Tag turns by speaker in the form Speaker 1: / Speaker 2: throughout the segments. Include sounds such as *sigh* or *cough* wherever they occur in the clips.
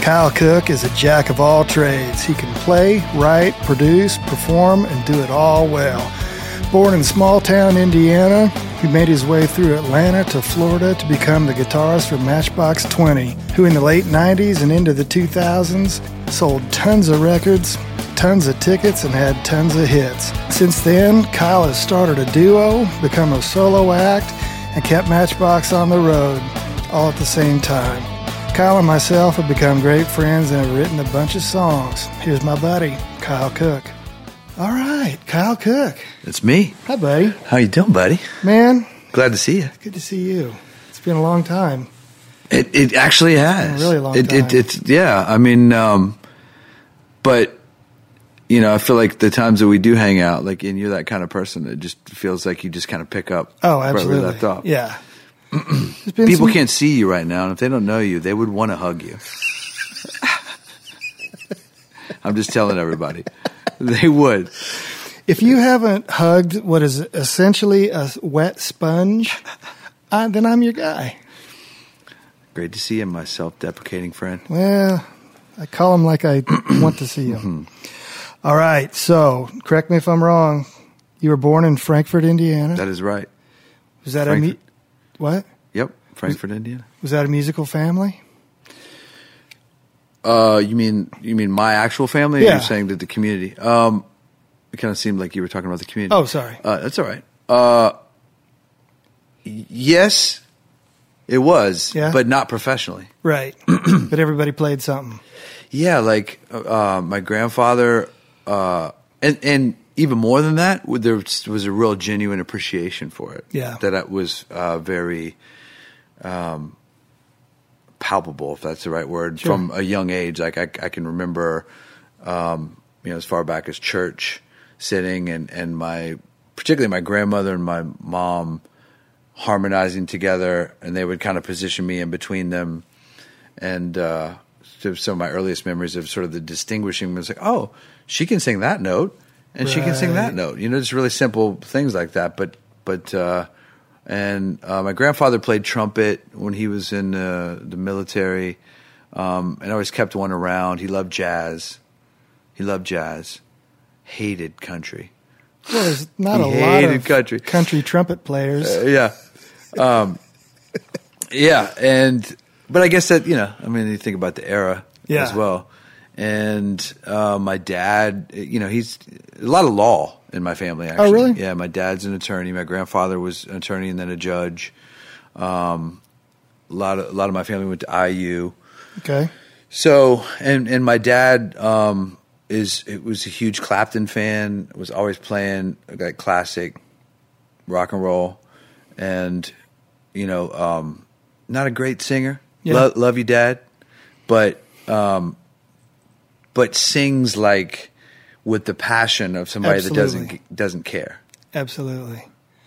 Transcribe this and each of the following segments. Speaker 1: Kyle Cook is a jack of all trades. He can play, write, produce, perform, and do it all well. Born in small town Indiana, he made his way through Atlanta to Florida to become the guitarist for Matchbox 20, who in the late 90s and into the 2000s sold tons of records, tons of tickets, and had tons of hits. Since then, Kyle has started a duo, become a solo act, and kept Matchbox on the road, all at the same time. Kyle and myself have become great friends and have written a bunch of songs. Here's my buddy, Kyle Cook. All right, Kyle Cook.
Speaker 2: It's me.
Speaker 1: Hi, buddy.
Speaker 2: How you doing, buddy?
Speaker 1: Man,
Speaker 2: Glad to see you.
Speaker 1: good to see you. It's been a long time.
Speaker 2: It it actually has
Speaker 1: really long
Speaker 2: It, it
Speaker 1: time.
Speaker 2: it's yeah. I mean, um, but you know, I feel like the times that we do hang out, like, and you're that kind of person that just feels like you just kind of pick up.
Speaker 1: Oh,
Speaker 2: right where
Speaker 1: absolutely.
Speaker 2: we left off. *clears throat*
Speaker 1: Yeah. There's been
Speaker 2: People
Speaker 1: some-
Speaker 2: can't see you right now, and if they don't know you, they would want to hug you. *laughs* I'm just telling everybody, *laughs* they would.
Speaker 1: If you haven't hugged what is essentially a wet sponge, I, then I'm your guy.
Speaker 2: Great to see you, my self-deprecating friend.
Speaker 1: Well, I call him like
Speaker 2: *clears throat*
Speaker 1: I want to see
Speaker 2: Mm-hmm.
Speaker 1: him. All right. So, correct me if I'm wrong. You were born in Frankfort, Indiana.
Speaker 2: That is right.
Speaker 1: was that a mu-
Speaker 2: Frankfort.
Speaker 1: what?
Speaker 2: Yep, Frankfurt, Indiana.
Speaker 1: Was that a musical family?
Speaker 2: Uh, you mean you mean my actual family? Or
Speaker 1: Yeah.
Speaker 2: you're saying that the community. Um, it kind of seemed like you were talking about the community.
Speaker 1: Oh, sorry.
Speaker 2: uh, that's all right. Uh, y- yes, it was,
Speaker 1: Yeah?
Speaker 2: but not professionally. *clears throat*
Speaker 1: Right. but everybody played something.
Speaker 2: Yeah, like uh, uh, my grandfather, uh, and and even more than that, w- there was was a real genuine appreciation for it.
Speaker 1: Yeah.
Speaker 2: that I was uh, very um, palpable, if that's the right word,
Speaker 1: Sure.
Speaker 2: from a young age. Like I, I can remember, um, you know, as far back as church sitting, and and my particularly my grandmother and my mom harmonizing together, and they would kind of position me in between them and uh, so some of my earliest memories of sort of the distinguishing was like, oh, she can sing that note, and she can sing
Speaker 1: Right.
Speaker 2: that note. You know, just really simple things like that. But but uh, and uh, my grandfather played trumpet when he was in uh, the military, um, and I always kept one around. He loved jazz. He loved jazz. Hated country.
Speaker 1: Well, there's not
Speaker 2: He
Speaker 1: a lot
Speaker 2: hated
Speaker 1: of
Speaker 2: country.
Speaker 1: trumpet players.
Speaker 2: Uh, yeah. Um, yeah. And, but I guess that, you know, I mean, you think about the era
Speaker 1: Yeah.
Speaker 2: as well. And uh, my dad, you know, he's a lot of law in my family, actually.
Speaker 1: Oh, really?
Speaker 2: Yeah. My dad's an attorney. My grandfather was an attorney and then a judge. Um, a lot of, a lot of my family went to IU.
Speaker 1: okay.
Speaker 2: So, and and my dad um, is it was a huge Clapton fan. Was always playing like classic rock and roll, and you know, um, not a great singer.
Speaker 1: Yeah.
Speaker 2: Lo- love you, Dad, but um, but sings like with the passion of somebody that
Speaker 1: Absolutely.
Speaker 2: doesn't doesn't care.
Speaker 1: Absolutely.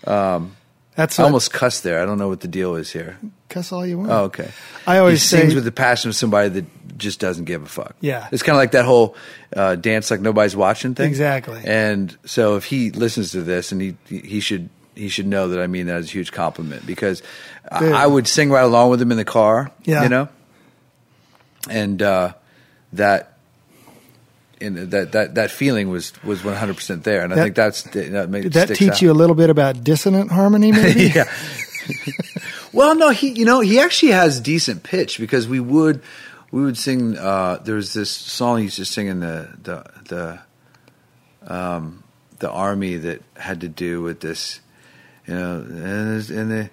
Speaker 1: Um, That's
Speaker 2: I
Speaker 1: what-
Speaker 2: almost cuss there. I don't know what the deal is here.
Speaker 1: cuss all you want.
Speaker 2: Oh, okay.
Speaker 1: I always
Speaker 2: he sings
Speaker 1: say-
Speaker 2: with the passion of somebody that just doesn't give a fuck.
Speaker 1: Yeah.
Speaker 2: it's kind of like that whole uh, dance like nobody's watching thing.
Speaker 1: Exactly.
Speaker 2: And so if he listens to this, and he he should he should know that I mean that as a huge compliment because I,
Speaker 1: Dude.
Speaker 2: I would sing right along with him in the car.
Speaker 1: Yeah.
Speaker 2: you know, and uh, that. And that, that, that feeling was, was 100% there. And I
Speaker 1: That-
Speaker 2: think that's, the- that, makes,
Speaker 1: Did that
Speaker 2: sticks
Speaker 1: teach
Speaker 2: out.
Speaker 1: you a little bit about dissonant harmony? *laughs* Maybe.
Speaker 2: *laughs* yeah. well, no, he you know he actually has decent pitch because we would we would sing. Uh, there was this song he used to sing in the the the um, the army that had to do with this, you know, and it's- and the.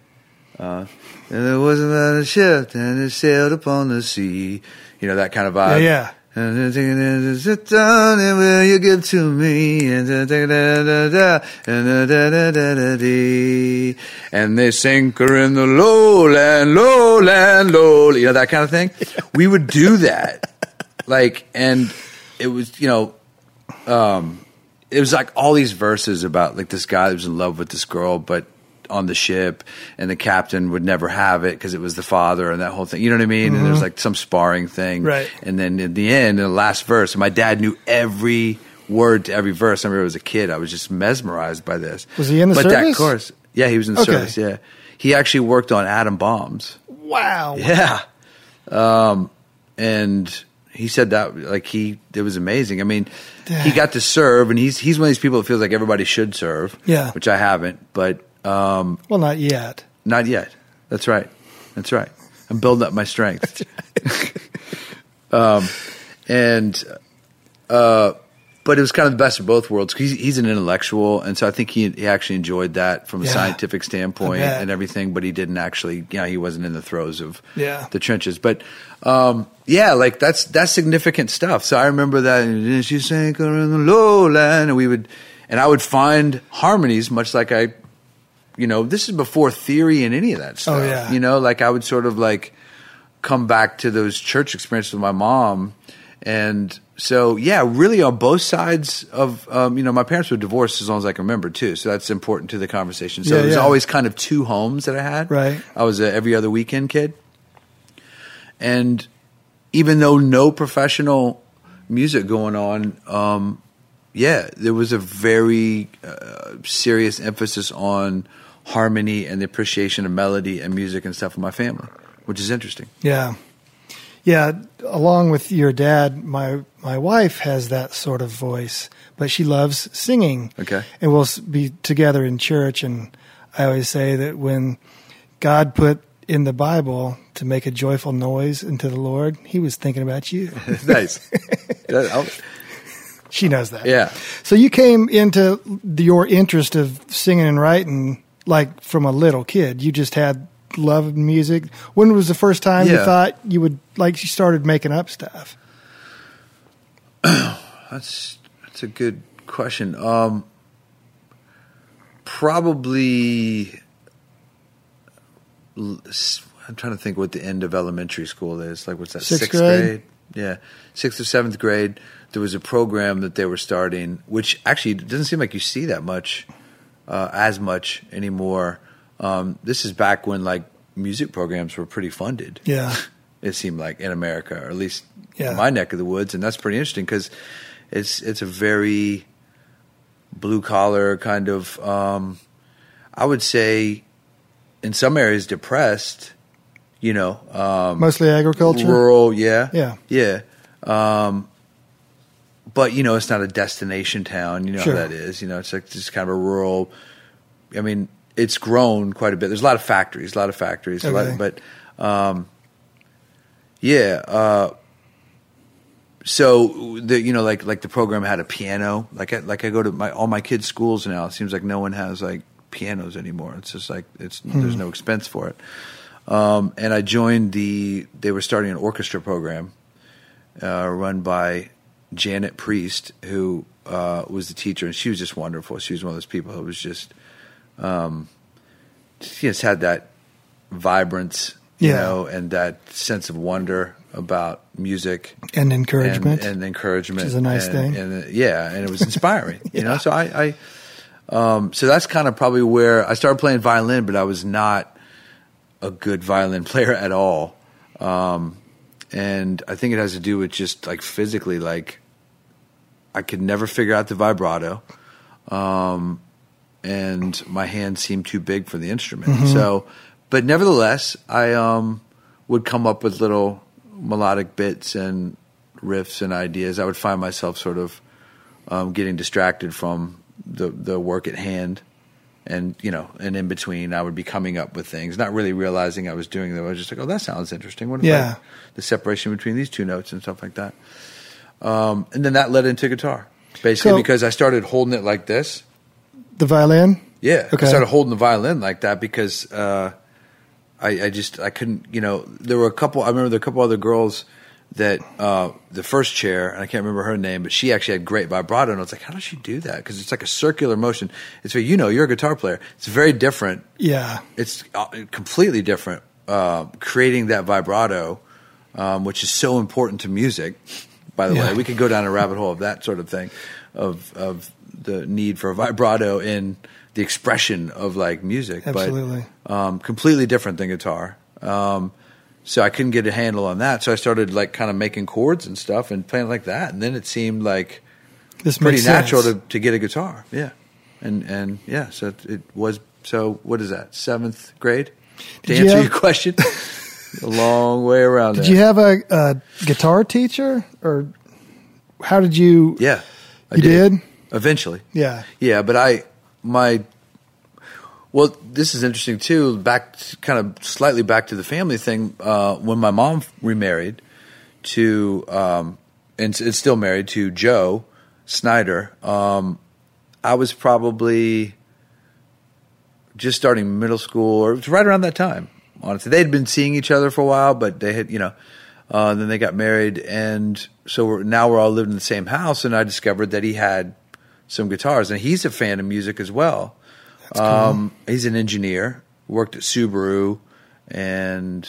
Speaker 2: Uh, and it wasn't a ship, and it sailed upon the sea. You know that kind of vibe.
Speaker 1: Yeah,
Speaker 2: And then take it and sit down and will you give to me? And da- da- da- da- da, and da- da- da- da- da- dee. And they sink her in the lowland, lowland, lowland. You know,
Speaker 1: *laughs*
Speaker 2: that kind of thing. We would do that. Like, and it was, you know, it was like all these verses about like this guy that was in love with this girl, but on the ship, and the captain would never have it because it was the father and that whole thing. You know what I mean? And there's like some sparring thing,
Speaker 1: Mm-hmm. Right.
Speaker 2: And then in the end, in the last verse, my dad knew every word to every verse. I remember as a kid, I was just mesmerized by this.
Speaker 1: Was he in the
Speaker 2: but
Speaker 1: service?
Speaker 2: that course, yeah, he was in the
Speaker 1: Okay.
Speaker 2: service. Yeah, he actually worked on atom bombs.
Speaker 1: Wow.
Speaker 2: Yeah. *laughs* Um, and he said that like he it was amazing. I mean, he got to serve, and he's he's one of these people that feels like everybody should serve.
Speaker 1: Yeah.
Speaker 2: which I haven't, but um,
Speaker 1: Well, not yet.
Speaker 2: not yet. That's right. That's right. I'm building up my strength. *laughs* um, and uh, but it was kind of the best of both worlds. 'cause He's, he's an intellectual, and so I think he, he actually enjoyed that from a
Speaker 1: Yeah.
Speaker 2: scientific standpoint
Speaker 1: I bet.
Speaker 2: and everything. But he didn't actually, you know, he wasn't in the throes of
Speaker 1: Yeah.
Speaker 2: the trenches. But um, yeah, like that's that's significant stuff. So I remember that and she sank her in the lowland, and we would, and I would find harmonies, much like I you know, this is before theory and any of that stuff.
Speaker 1: Oh, yeah.
Speaker 2: You know, like I would sort of like come back to those church experiences with my mom. And so, yeah, really on both sides of, um, you know, my parents were divorced as long as I can remember too. So that's important to the conversation. So
Speaker 1: Yeah,
Speaker 2: it was
Speaker 1: yeah.
Speaker 2: always kind of two homes that I had.
Speaker 1: Right.
Speaker 2: I was a every other weekend kid. And even though no professional music going on, um, yeah, there was a very uh, serious emphasis on harmony and the appreciation of melody and music and stuff in my family, which is interesting.
Speaker 1: Yeah. Yeah, along with your dad, my my wife has that sort of voice, but she loves singing.
Speaker 2: Okay.
Speaker 1: And we'll s- be together in church and I always say that when God put in the Bible to make a joyful noise unto the Lord, he was thinking about you.
Speaker 2: nice. *laughs* That- I'll-
Speaker 1: she knows that.
Speaker 2: yeah.
Speaker 1: So you came into the, your interest of singing and writing like from a little kid. You just had love of music. When was the first time you
Speaker 2: Yeah.
Speaker 1: thought you would like you started making up stuff?
Speaker 2: That's that's a good question. Um, probably. l- s- I'm trying to think what the end of elementary school is. Like, what's that?
Speaker 1: Sixth grade?
Speaker 2: Yeah, sixth or seventh grade. There was a program that they were starting, which actually doesn't seem like you see that much, uh, as much anymore. Um, this is back when like music programs were pretty funded
Speaker 1: Yeah.
Speaker 2: it seemed like in America, or at least
Speaker 1: Yeah.
Speaker 2: my neck of the woods, and that's pretty interesting because it's it's a very blue collar kind of, um, I would say, in some areas depressed, you know, um,
Speaker 1: Mostly agriculture.
Speaker 2: rural, yeah,
Speaker 1: Yeah.
Speaker 2: yeah. Um, but you know, it's not a destination town. You know
Speaker 1: Sure.
Speaker 2: how that is. You know, it's like just kind of a rural. I mean, it's grown quite a bit. There's a lot of factories, a lot of factories, a lot-
Speaker 1: Okay.
Speaker 2: but um, yeah. Uh, so the you know like like the program had a piano. Like I, like I go to my all my kids' schools now. It seems like no one has like pianos anymore. It's just like it's
Speaker 1: Hmm.
Speaker 2: there's no expense for it. Um, and I joined the they were starting an orchestra program uh, run by Janet Priest, who uh, was the teacher, and she was just wonderful. She was one of those people who was just, um, she just had that vibrance, you
Speaker 1: Yeah.
Speaker 2: know, and that sense of wonder about music
Speaker 1: and encouragement.
Speaker 2: and, and encouragement
Speaker 1: which is a nice
Speaker 2: and-
Speaker 1: thing.
Speaker 2: and, uh, yeah and it
Speaker 1: *laughs*
Speaker 2: was inspiring you know so i, I um, so that's kind of probably where i started playing violin but i was not a good violin *laughs* player at all um, and i think it has to do with just like physically like i could never figure out the vibrato um, and my hands seemed too big for the instrument
Speaker 1: Mm-hmm.
Speaker 2: so but nevertheless i um, would come up with little melodic bits and riffs and ideas, I would find myself sort of um, getting distracted from the the work at hand, and you know, and in between, I would be coming up with things, not really realizing I was doing them. I was just like, "Oh, that sounds interesting." What if
Speaker 1: Yeah.
Speaker 2: I, the separation between these two notes and stuff like that? Um, and then that led into guitar, basically,
Speaker 1: So-
Speaker 2: because I started holding it like this.
Speaker 1: the violin?
Speaker 2: Yeah,
Speaker 1: Okay.
Speaker 2: I started holding the violin like that because uh, I, I just I couldn't. You know, there were a couple. I remember there were a couple other girls that uh, the first chair, and I can't remember her name, but she actually had great vibrato, and I was like, how does she do that? Because it's like a circular motion. It's very, you know, you're a guitar player. It's very different
Speaker 1: Yeah.
Speaker 2: it's uh, completely different. Uh, creating that vibrato, um, which is so important to music, by the
Speaker 1: Yeah.
Speaker 2: way. We could go down a rabbit hole of that sort of thing, of of the need for vibrato in the expression of like music.
Speaker 1: Absolutely.
Speaker 2: But, um, completely different than guitar. Um, so I couldn't get a handle on that. So I started like kind of making chords and stuff and playing like that. And then it seemed like
Speaker 1: This
Speaker 2: pretty
Speaker 1: makes sense.
Speaker 2: natural to, to get a guitar. Yeah. And and yeah, so it, it was so what is that? Seventh grade? To
Speaker 1: Did you
Speaker 2: answer
Speaker 1: have-
Speaker 2: your
Speaker 1: *laughs*
Speaker 2: question. a long way around
Speaker 1: Did
Speaker 2: there.
Speaker 1: you have a, a guitar teacher, or how did you?
Speaker 2: yeah. I
Speaker 1: You did?
Speaker 2: Eventually.
Speaker 1: Yeah.
Speaker 2: Yeah, but I my well, this is interesting too. Back kind of slightly back to the family thing. Uh, when my mom remarried to um, and s- is still married to Joe Snyder, um, I was probably just starting middle school, or it was right around that time. Honestly, they had been seeing each other for a while, but they had, you know, uh, then they got married, and so we're, now we're all living in the same house. And I discovered that he had some guitars, and he's a fan of music as well. Um, he's an engineer, worked at Subaru and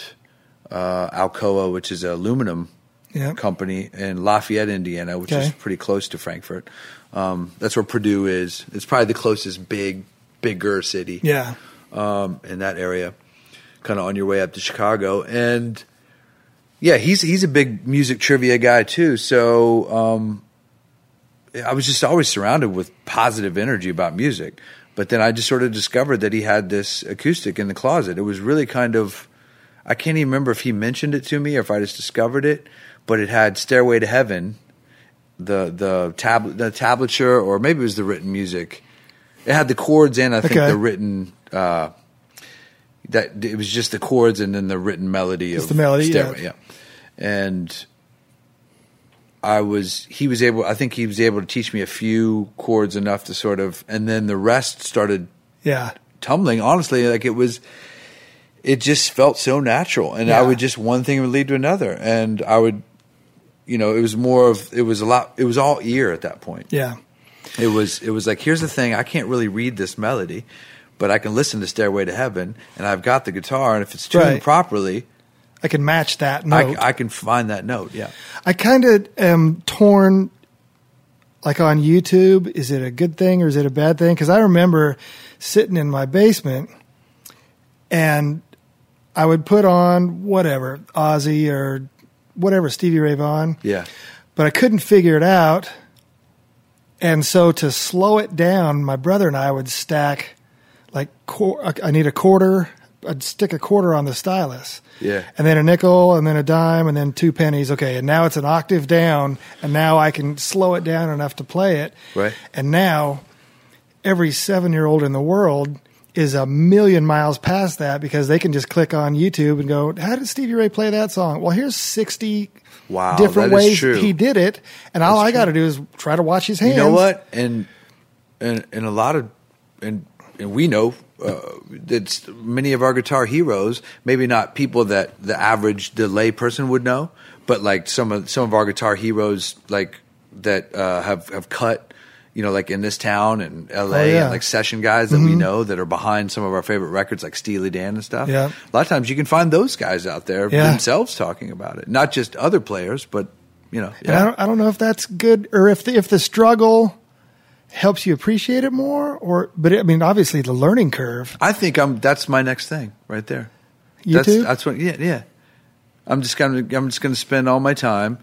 Speaker 2: uh, Alcoa, which is an aluminum
Speaker 1: Yep.
Speaker 2: company in Lafayette, Indiana, which is
Speaker 1: Okay.
Speaker 2: pretty close to Frankfurt. Um, that's where Purdue is. It's probably the closest big, bigger city
Speaker 1: Yeah.
Speaker 2: um, in that area, kind of on your way up to Chicago. And yeah, he's he's a big music trivia guy too. So um, I was just always surrounded with positive energy about music. But then I just sort of discovered that he had this acoustic in the closet. It was really kind of I can't even remember if he mentioned it to me or if I just discovered it. But it had "Stairway to Heaven," the the tab the tablature, or maybe it was the written music. It had the chords and I think
Speaker 1: Okay.
Speaker 2: the written uh, that it was just the chords and then the written melody
Speaker 1: Just
Speaker 2: of
Speaker 1: the melody, yeah.
Speaker 2: Stairway, yeah. And I was he was able I think he was able to teach me a few chords enough to sort of and then the rest started
Speaker 1: Yeah.
Speaker 2: tumbling. Honestly, like it was, it just felt so natural, and
Speaker 1: Yeah.
Speaker 2: I would just one thing would lead to another, and I would, you know, it was more of it was a lot. It was all ear at that point.
Speaker 1: Yeah.
Speaker 2: It was it was like here's the thing. I can't really read this melody, but I can listen to Stairway to Heaven, and I've got the guitar, and if it's tuned
Speaker 1: Right.
Speaker 2: properly,
Speaker 1: I can match that
Speaker 2: I,
Speaker 1: note.
Speaker 2: c- I can find that note. Yeah.
Speaker 1: I kind of am torn. Like on YouTube, is it a good thing or is it a bad thing? Because I remember sitting in my basement and I would put on whatever Ozzy or whatever Stevie Ray Vaughan,
Speaker 2: Yeah.
Speaker 1: but I couldn't figure it out. And so to slow it down, my brother and I would stack like quar- I- I need a quarter. I'd stick a quarter on the stylus.
Speaker 2: Yeah.
Speaker 1: And then a nickel, and then a dime, and then two pennies. Okay, and now it's an octave down, and now I can slow it down enough to play it.
Speaker 2: Right.
Speaker 1: And now every seven year old in the world is a million miles past that because they can just click on YouTube and go, How did Stevie Ray play that song? Well, here's 60
Speaker 2: Wow,
Speaker 1: different
Speaker 2: that is
Speaker 1: ways
Speaker 2: true.
Speaker 1: he did it. And all I got to do is try to watch his hands.
Speaker 2: You know what? And and and a lot of and and we know uh, that many of our guitar heroes, maybe not people that the average the lay person would know, but like some of some of our guitar heroes, like that uh, have have cut. You know, like in this town and LA,
Speaker 1: Oh, yeah. Mm-hmm.
Speaker 2: and like session guys that we know that are behind some of our favorite records, like Steely Dan and stuff.
Speaker 1: Yeah.
Speaker 2: A lot of times you can find those guys out there
Speaker 1: Yeah.
Speaker 2: themselves talking about it, not just other players, but you know.
Speaker 1: And I don't, I don't know if that's good or if the, if the struggle helps you appreciate it more or, but I mean, obviously the learning curve,
Speaker 2: I think I'm. That's my next thing right there. That's,
Speaker 1: YouTube.
Speaker 2: that's what. Yeah, yeah. I'm just gonna. I'm just gonna spend all my time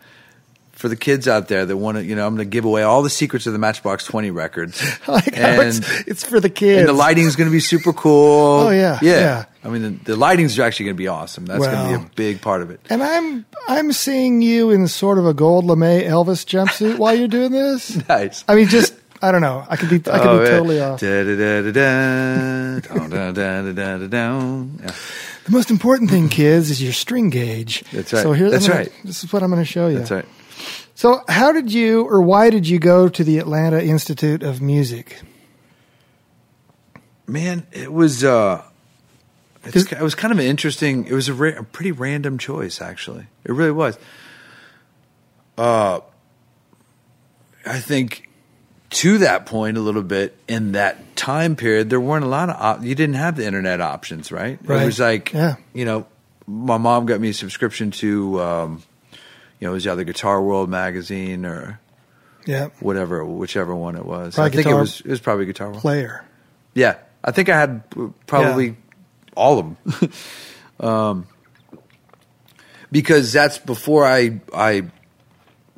Speaker 2: for the kids out there that want to. You know, I'm gonna give away all the secrets of the Matchbox Twenty
Speaker 1: *laughs*
Speaker 2: records,
Speaker 1: like how
Speaker 2: and
Speaker 1: it's, it's for the kids.
Speaker 2: and the lighting's gonna be super cool.
Speaker 1: Oh, yeah,
Speaker 2: yeah.
Speaker 1: yeah.
Speaker 2: I mean, the, the lighting's actually gonna be awesome. That's gonna be
Speaker 1: Wow.
Speaker 2: a big part of it. *laughs*
Speaker 1: And I'm I'm seeing you in sort of a gold lame Elvis jumpsuit while you're doing this.
Speaker 2: *laughs* Nice.
Speaker 1: I mean, just I don't know. I could be I could
Speaker 2: Oh,
Speaker 1: be
Speaker 2: yeah.
Speaker 1: totally off.
Speaker 2: Da-da-da-da-da, da-da-da-da-da-da. Yeah.
Speaker 1: The most important thing, kids, is your string gauge.
Speaker 2: That's right.
Speaker 1: So here,
Speaker 2: That's
Speaker 1: I'm gonna-
Speaker 2: right.
Speaker 1: This is what I'm going to show you.
Speaker 2: That's right.
Speaker 1: So, how did you or why did you go to the Atlanta Institute of Music?
Speaker 2: man, it was uh, it's,
Speaker 1: 'Cause-
Speaker 2: it was kind of an interesting. It was a, ra- a pretty random choice, actually. It really was. Uh, I think to that point a little bit in that time period, there weren't a lot of op- you didn't have the internet options, right?
Speaker 1: Right.
Speaker 2: It was like
Speaker 1: Yeah.
Speaker 2: you know, my mom got me a subscription to um, know, it was either Guitar World magazine or
Speaker 1: Yeah.
Speaker 2: whatever, whichever one it was.
Speaker 1: Probably
Speaker 2: I think
Speaker 1: Guitar-
Speaker 2: it was it was probably Guitar World.
Speaker 1: Player.
Speaker 2: Yeah, I think I had probably all of them, um,
Speaker 1: *laughs*
Speaker 2: because that's before I I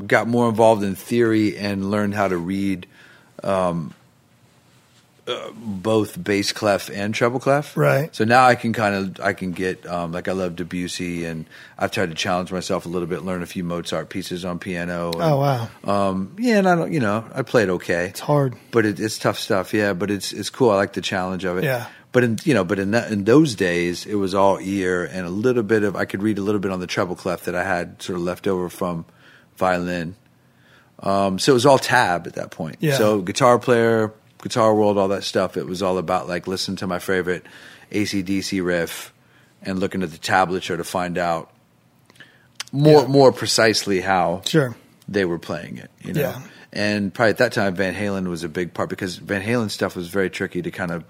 Speaker 2: got more involved in theory and learned how to read um, uh, both bass clef and treble clef.
Speaker 1: Right.
Speaker 2: So now I can kind of I can get um, like I love Debussy and I've tried to challenge myself a little bit, learn a few Mozart pieces on piano. And,
Speaker 1: Oh wow.
Speaker 2: Um, yeah, and I don't, you know, I played okay
Speaker 1: It's hard.
Speaker 2: but it, it's tough stuff. Yeah, but it's it's cool. I like the challenge of it.
Speaker 1: Yeah.
Speaker 2: But in you know, but in that, in those days, it was all ear and a little bit of I could read a little bit on the treble clef that I had sort of left over from violin. Um, so it was all tab at that point.
Speaker 1: Yeah.
Speaker 2: So guitar player, guitar world, all that stuff. It was all about like listen to my favorite ACDC riff and looking at the tablature to find out more more precisely how
Speaker 1: Sure.
Speaker 2: they were playing it. You know?
Speaker 1: Yeah.
Speaker 2: And probably at that time, Van Halen was a big part because Van Halen stuff was very tricky to kind of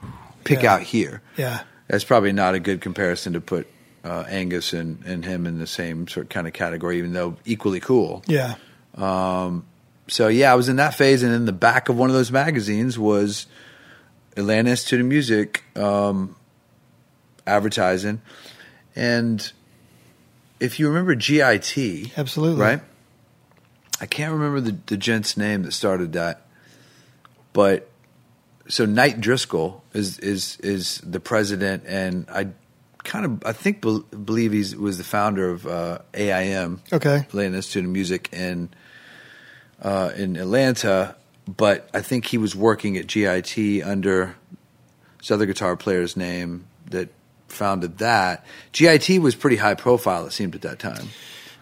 Speaker 2: pick
Speaker 1: Yeah.
Speaker 2: out here.
Speaker 1: Yeah.
Speaker 2: That's probably not a good comparison to put uh, Angus and, and him in the same sort of kind of category, even though equally cool.
Speaker 1: Yeah.
Speaker 2: So yeah, I was in that phase, and in the back of one of those magazines was Atlanta Institute of Music um, advertising, and if you remember GIT,
Speaker 1: Absolutely.
Speaker 2: right? I can't remember the, the gent's name that started that, but so Knight Driscoll is is is the president, and I kind of I think bel believe he was the founder of uh, AIM,
Speaker 1: Okay.
Speaker 2: Atlanta Institute of Music in uh, in Atlanta, but I think he was working at GIT under this other guitar player's name that founded that. GIT was pretty high profile, it seemed at that time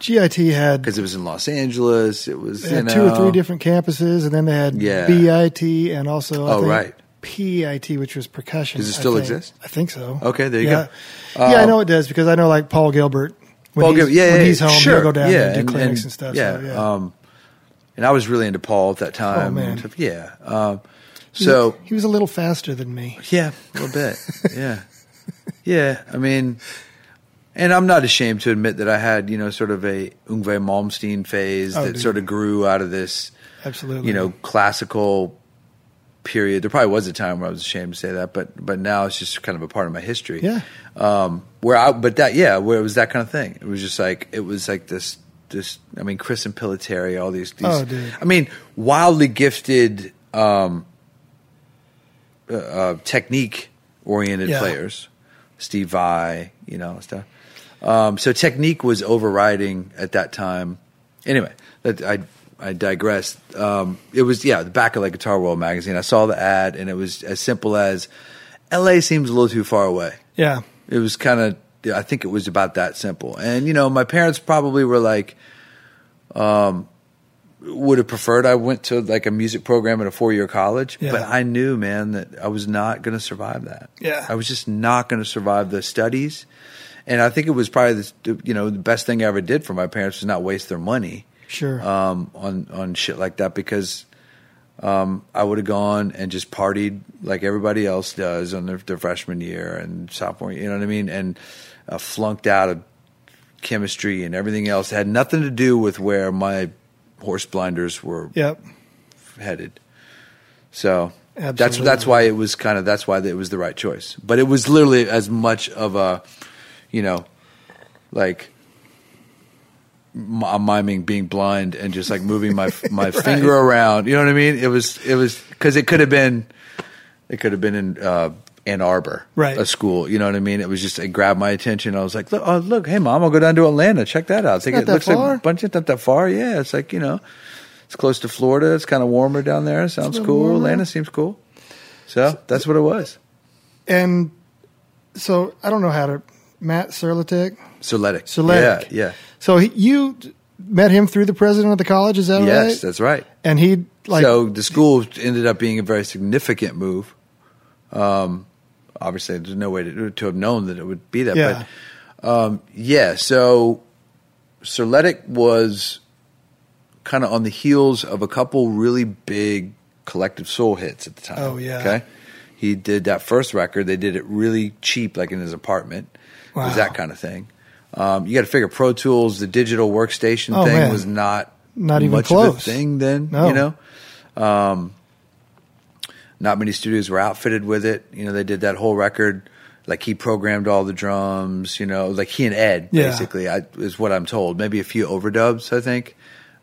Speaker 1: GIT had
Speaker 2: because it was in Los Angeles. It was
Speaker 1: They
Speaker 2: you
Speaker 1: had two or
Speaker 2: know-
Speaker 1: three different campuses, and then they had
Speaker 2: Yeah.
Speaker 1: BIT and also I
Speaker 2: Oh,
Speaker 1: think,
Speaker 2: right.
Speaker 1: PIT, which was percussion.
Speaker 2: Does it
Speaker 1: I
Speaker 2: still
Speaker 1: think.
Speaker 2: exist?
Speaker 1: I think so.
Speaker 2: Okay, there you
Speaker 1: yeah.
Speaker 2: go.
Speaker 1: yeah, I
Speaker 2: Um,
Speaker 1: know it does because I know like Paul Gilbert. When
Speaker 2: Paul
Speaker 1: he's,
Speaker 2: Gil- yeah,
Speaker 1: when
Speaker 2: yeah,
Speaker 1: he's home,
Speaker 2: sure,
Speaker 1: he'll go down
Speaker 2: yeah,
Speaker 1: and do clinics and, stuff.
Speaker 2: Yeah,
Speaker 1: so, yeah. Oh,
Speaker 2: Um, and I was really into Paul at that time. and
Speaker 1: man.
Speaker 2: stuff. yeah. Um, so
Speaker 1: he, he was a little faster than me.
Speaker 2: yeah, a little bit.
Speaker 1: *laughs*
Speaker 2: Yeah, yeah. I mean, and I'm not ashamed to admit that I had you know sort of a Ungve Malmsteen phase
Speaker 1: Oh,
Speaker 2: that
Speaker 1: dude.
Speaker 2: sort of grew out of this
Speaker 1: Absolutely.
Speaker 2: you know classical period. There probably was a time where I was ashamed to say that, but but now it's just kind of a part of my history.
Speaker 1: Yeah.
Speaker 2: Um, where I but that yeah, where it was that kind of thing. It was just like it was like this this I mean Chris and Pilitari, all these these
Speaker 1: Oh, dude.
Speaker 2: I mean wildly gifted um uh, uh technique oriented
Speaker 1: Yeah.
Speaker 2: players. Steve Vai, you know, stuff. Um, so technique was overriding at that time. Anyway, that I I digress. Um, it was yeah, the back of like Guitar World magazine. I saw the ad and it was as simple as L.A. seems a little too far away.
Speaker 1: yeah.
Speaker 2: It was kind of I think it was about that simple. And you know, my parents probably were like, um, would have preferred I went to like a music program at a four year college,
Speaker 1: Yeah.
Speaker 2: but I knew, man, that I was not going to survive that.
Speaker 1: Yeah.
Speaker 2: I was just not going to survive the studies. And I think it was probably the you know the best thing I ever did for my parents was not waste their money
Speaker 1: Sure.
Speaker 2: um, on on shit like that because um, I would have gone and just partied like everybody else does on their, their freshman year and sophomore. year, You know what I mean? And uh, flunked out of chemistry and everything else It had nothing to do with where my horse blinders were
Speaker 1: yep.
Speaker 2: headed. So that's
Speaker 1: Absolutely.
Speaker 2: that's why it was kind of that's why it was the right choice. But it was literally as much of a, you know, like m- I'm miming being blind and just like
Speaker 1: *laughs*
Speaker 2: moving my my
Speaker 1: Right.
Speaker 2: finger around. You know what I mean? It was it was because it could have been it could have been in uh, Ann Arbor,
Speaker 1: Right.
Speaker 2: A school. You know what I mean? It was just it grabbed my attention. I was like, look, oh look, hey mom, I'll go down to Atlanta. Check that out. It's
Speaker 1: not that
Speaker 2: it looks
Speaker 1: far.
Speaker 2: like a bunch of not that far. Yeah, it's like you know. It's close to Florida. It's kind of warmer down there. It sounds
Speaker 1: little
Speaker 2: cool.
Speaker 1: warmer.
Speaker 2: Atlanta seems cool. So that's what it was.
Speaker 1: And so I don't know how to Matt Serlatic.
Speaker 2: Soletic.
Speaker 1: Soletic.
Speaker 2: Yeah.
Speaker 1: So he, you met him through the president of the college. Is that
Speaker 2: yeah.
Speaker 1: right?
Speaker 2: Yes, that's right.
Speaker 1: and he like
Speaker 2: so the school ended up being a very significant move. Um, obviously, there's no way to, to have known that it would be that.
Speaker 1: Yeah.
Speaker 2: But um, yeah, so Soletic was kind of on the heels of a couple really big collective soul hits at the time.
Speaker 1: Oh, yeah.
Speaker 2: Okay. He did that first record. They did it really cheap, like in his apartment. It was
Speaker 1: Wow.
Speaker 2: that kind of thing. Um, you got to figure Pro Tools, the digital workstation
Speaker 1: Oh,
Speaker 2: thing
Speaker 1: man.
Speaker 2: was not
Speaker 1: Not even
Speaker 2: much of a
Speaker 1: close.
Speaker 2: thing then.
Speaker 1: No.
Speaker 2: You know, um, not many studios were outfitted with it. You know, they did that whole record. Like he programmed all the drums. You know, like he and Ed
Speaker 1: Yeah.
Speaker 2: basically I, is what I'm told. Maybe a few overdubs. I think.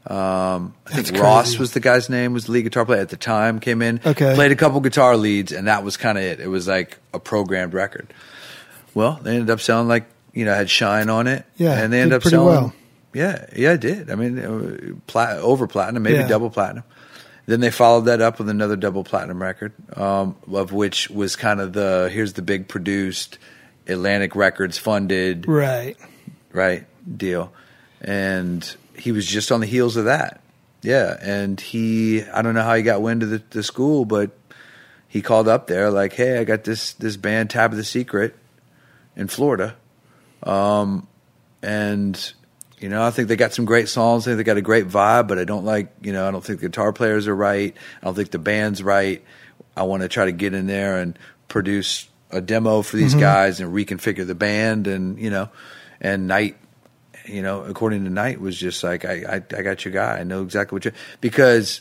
Speaker 2: Um, I think
Speaker 1: That's
Speaker 2: Ross
Speaker 1: crazy.
Speaker 2: was the guy's name. Was the lead guitar player at the time? Came in,
Speaker 1: Okay.
Speaker 2: played a couple guitar leads, and that was kind of it. It was like a programmed record. Well, they ended up selling like you know had shine on it.
Speaker 1: Yeah,
Speaker 2: and they
Speaker 1: did
Speaker 2: ended up
Speaker 1: pretty
Speaker 2: selling.
Speaker 1: well.
Speaker 2: Yeah, yeah, it did. I mean, uh, plat- over platinum, maybe
Speaker 1: Yeah.
Speaker 2: double platinum. Then they followed that up with another double platinum record, um, of which was kind of the here's the big produced Atlantic Records funded
Speaker 1: Right.
Speaker 2: right deal and he was just on the heels of that yeah and he i don't know how he got wind of the, the school but he called up there like hey i got this this band tab of the secret in florida um and you know i think they got some great songs i think they got a great vibe but i don't like you know i don't think the guitar players are right i don't think the band's right i want to try to get in there and produce a demo for these guys and reconfigure the band and you know and Knight, you know, according to Knight, was just like, I, I, I got your guy. I know exactly what you because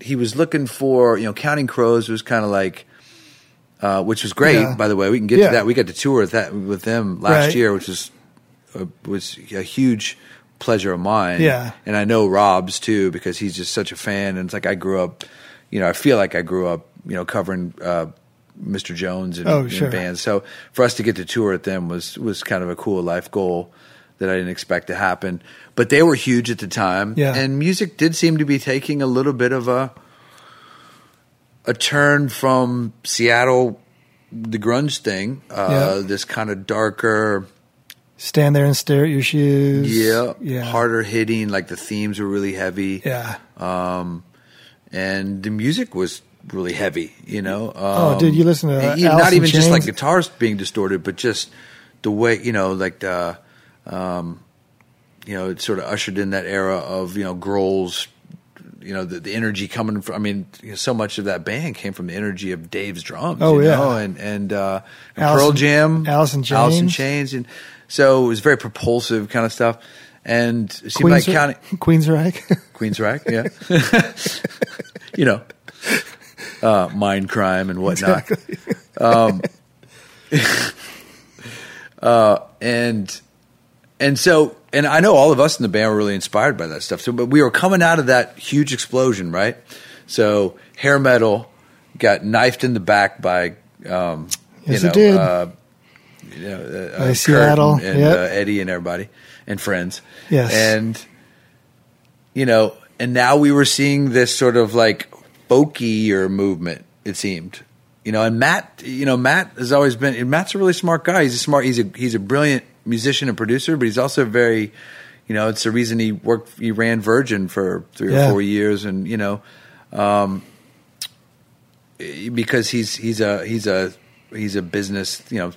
Speaker 2: he was looking for. You know, Counting Crows was kind of like, uh, which was great,
Speaker 1: Yeah.
Speaker 2: by the way. We can get
Speaker 1: Yeah.
Speaker 2: to that. We got to tour with that with them last
Speaker 1: Right.
Speaker 2: year, which was a, was a huge pleasure of mine.
Speaker 1: Yeah.
Speaker 2: and I know Rob's too because he's just such a fan, and it's like I grew up. You know, I feel like I grew up. You know, covering. Uh, Mr. Jones and,
Speaker 1: Oh,
Speaker 2: and
Speaker 1: sure.
Speaker 2: bands. So for us to get to tour with them was was kind of a cool life goal that I didn't expect to happen. But they were huge at the time,
Speaker 1: Yeah.
Speaker 2: and music did seem to be taking a little bit of a a turn from Seattle, the grunge thing, uh,
Speaker 1: Yeah.
Speaker 2: this kind of darker,
Speaker 1: Stand there and stare at your shoes.
Speaker 2: yeah,
Speaker 1: Yeah.
Speaker 2: harder hitting. Like the themes were really heavy,
Speaker 1: Yeah.
Speaker 2: um, and the music was really heavy. You know, um,
Speaker 1: Oh, dude, you listen to
Speaker 2: and
Speaker 1: Alice
Speaker 2: even- not
Speaker 1: in
Speaker 2: even just like
Speaker 1: Chains?
Speaker 2: guitars being distorted, but just the way you know, like the, um, you know, it sort of ushered in that era of you know Grohl's. You know the, the energy coming from. I mean, you know, so much of that band came from the energy of Dave's drums.
Speaker 1: Oh,
Speaker 2: you
Speaker 1: yeah.
Speaker 2: know? and and, uh, and
Speaker 1: Alice
Speaker 2: Pearl
Speaker 1: in-
Speaker 2: Jam,
Speaker 1: Alice in
Speaker 2: Alice in
Speaker 1: Chains.
Speaker 2: Chains, and so it was very propulsive kind of stuff. And it seemed
Speaker 1: Queens,
Speaker 2: like counting,
Speaker 1: Queensryche.
Speaker 2: Queensrack, yeah. *laughs* you know, uh, mind crime and whatnot. um, *laughs* uh, and and so and I know all of us in the band were really inspired by that stuff. So, but we were coming out of that huge explosion, right? So hair metal got knifed in the back by um,
Speaker 1: Yes, it
Speaker 2: you know,
Speaker 1: did.
Speaker 2: Uh, you know, uh,
Speaker 1: By
Speaker 2: uh, Kurt
Speaker 1: Seattle,
Speaker 2: and, and
Speaker 1: yep.
Speaker 2: uh, Eddie and everybody and friends.
Speaker 1: Yes.
Speaker 2: and you know, and now we were seeing this sort of like folkier movement. It seemed, you know, and Matt, you know, Matt has always been. and Matt's a really smart guy. He's a smart. He's a he's a brilliant musician and producer, but he's also very, you know, it's the reason he worked. He ran Virgin for three
Speaker 1: Yeah.
Speaker 2: or four years, and you know, um, because he's he's a he's a he's a business, you know.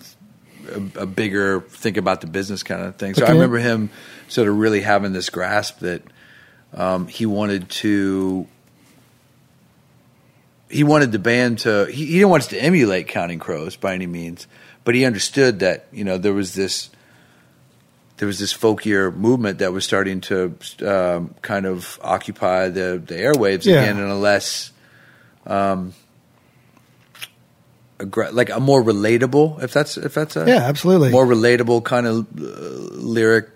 Speaker 2: A, a bigger think about the business kind of thing. So I
Speaker 1: Okay.
Speaker 2: remember him sort of really having this grasp that um, he wanted to he wanted the band to he, he didn't want us to emulate counting crows by any means but he understood that you know there was this there was this folkier movement that was starting to um, kind of occupy the the airwaves
Speaker 1: Yeah.
Speaker 2: again in a less um aggra- like a more relatable if that's if that's a
Speaker 1: *laughs* yeah, absolutely.
Speaker 2: more relatable kind of uh, lyric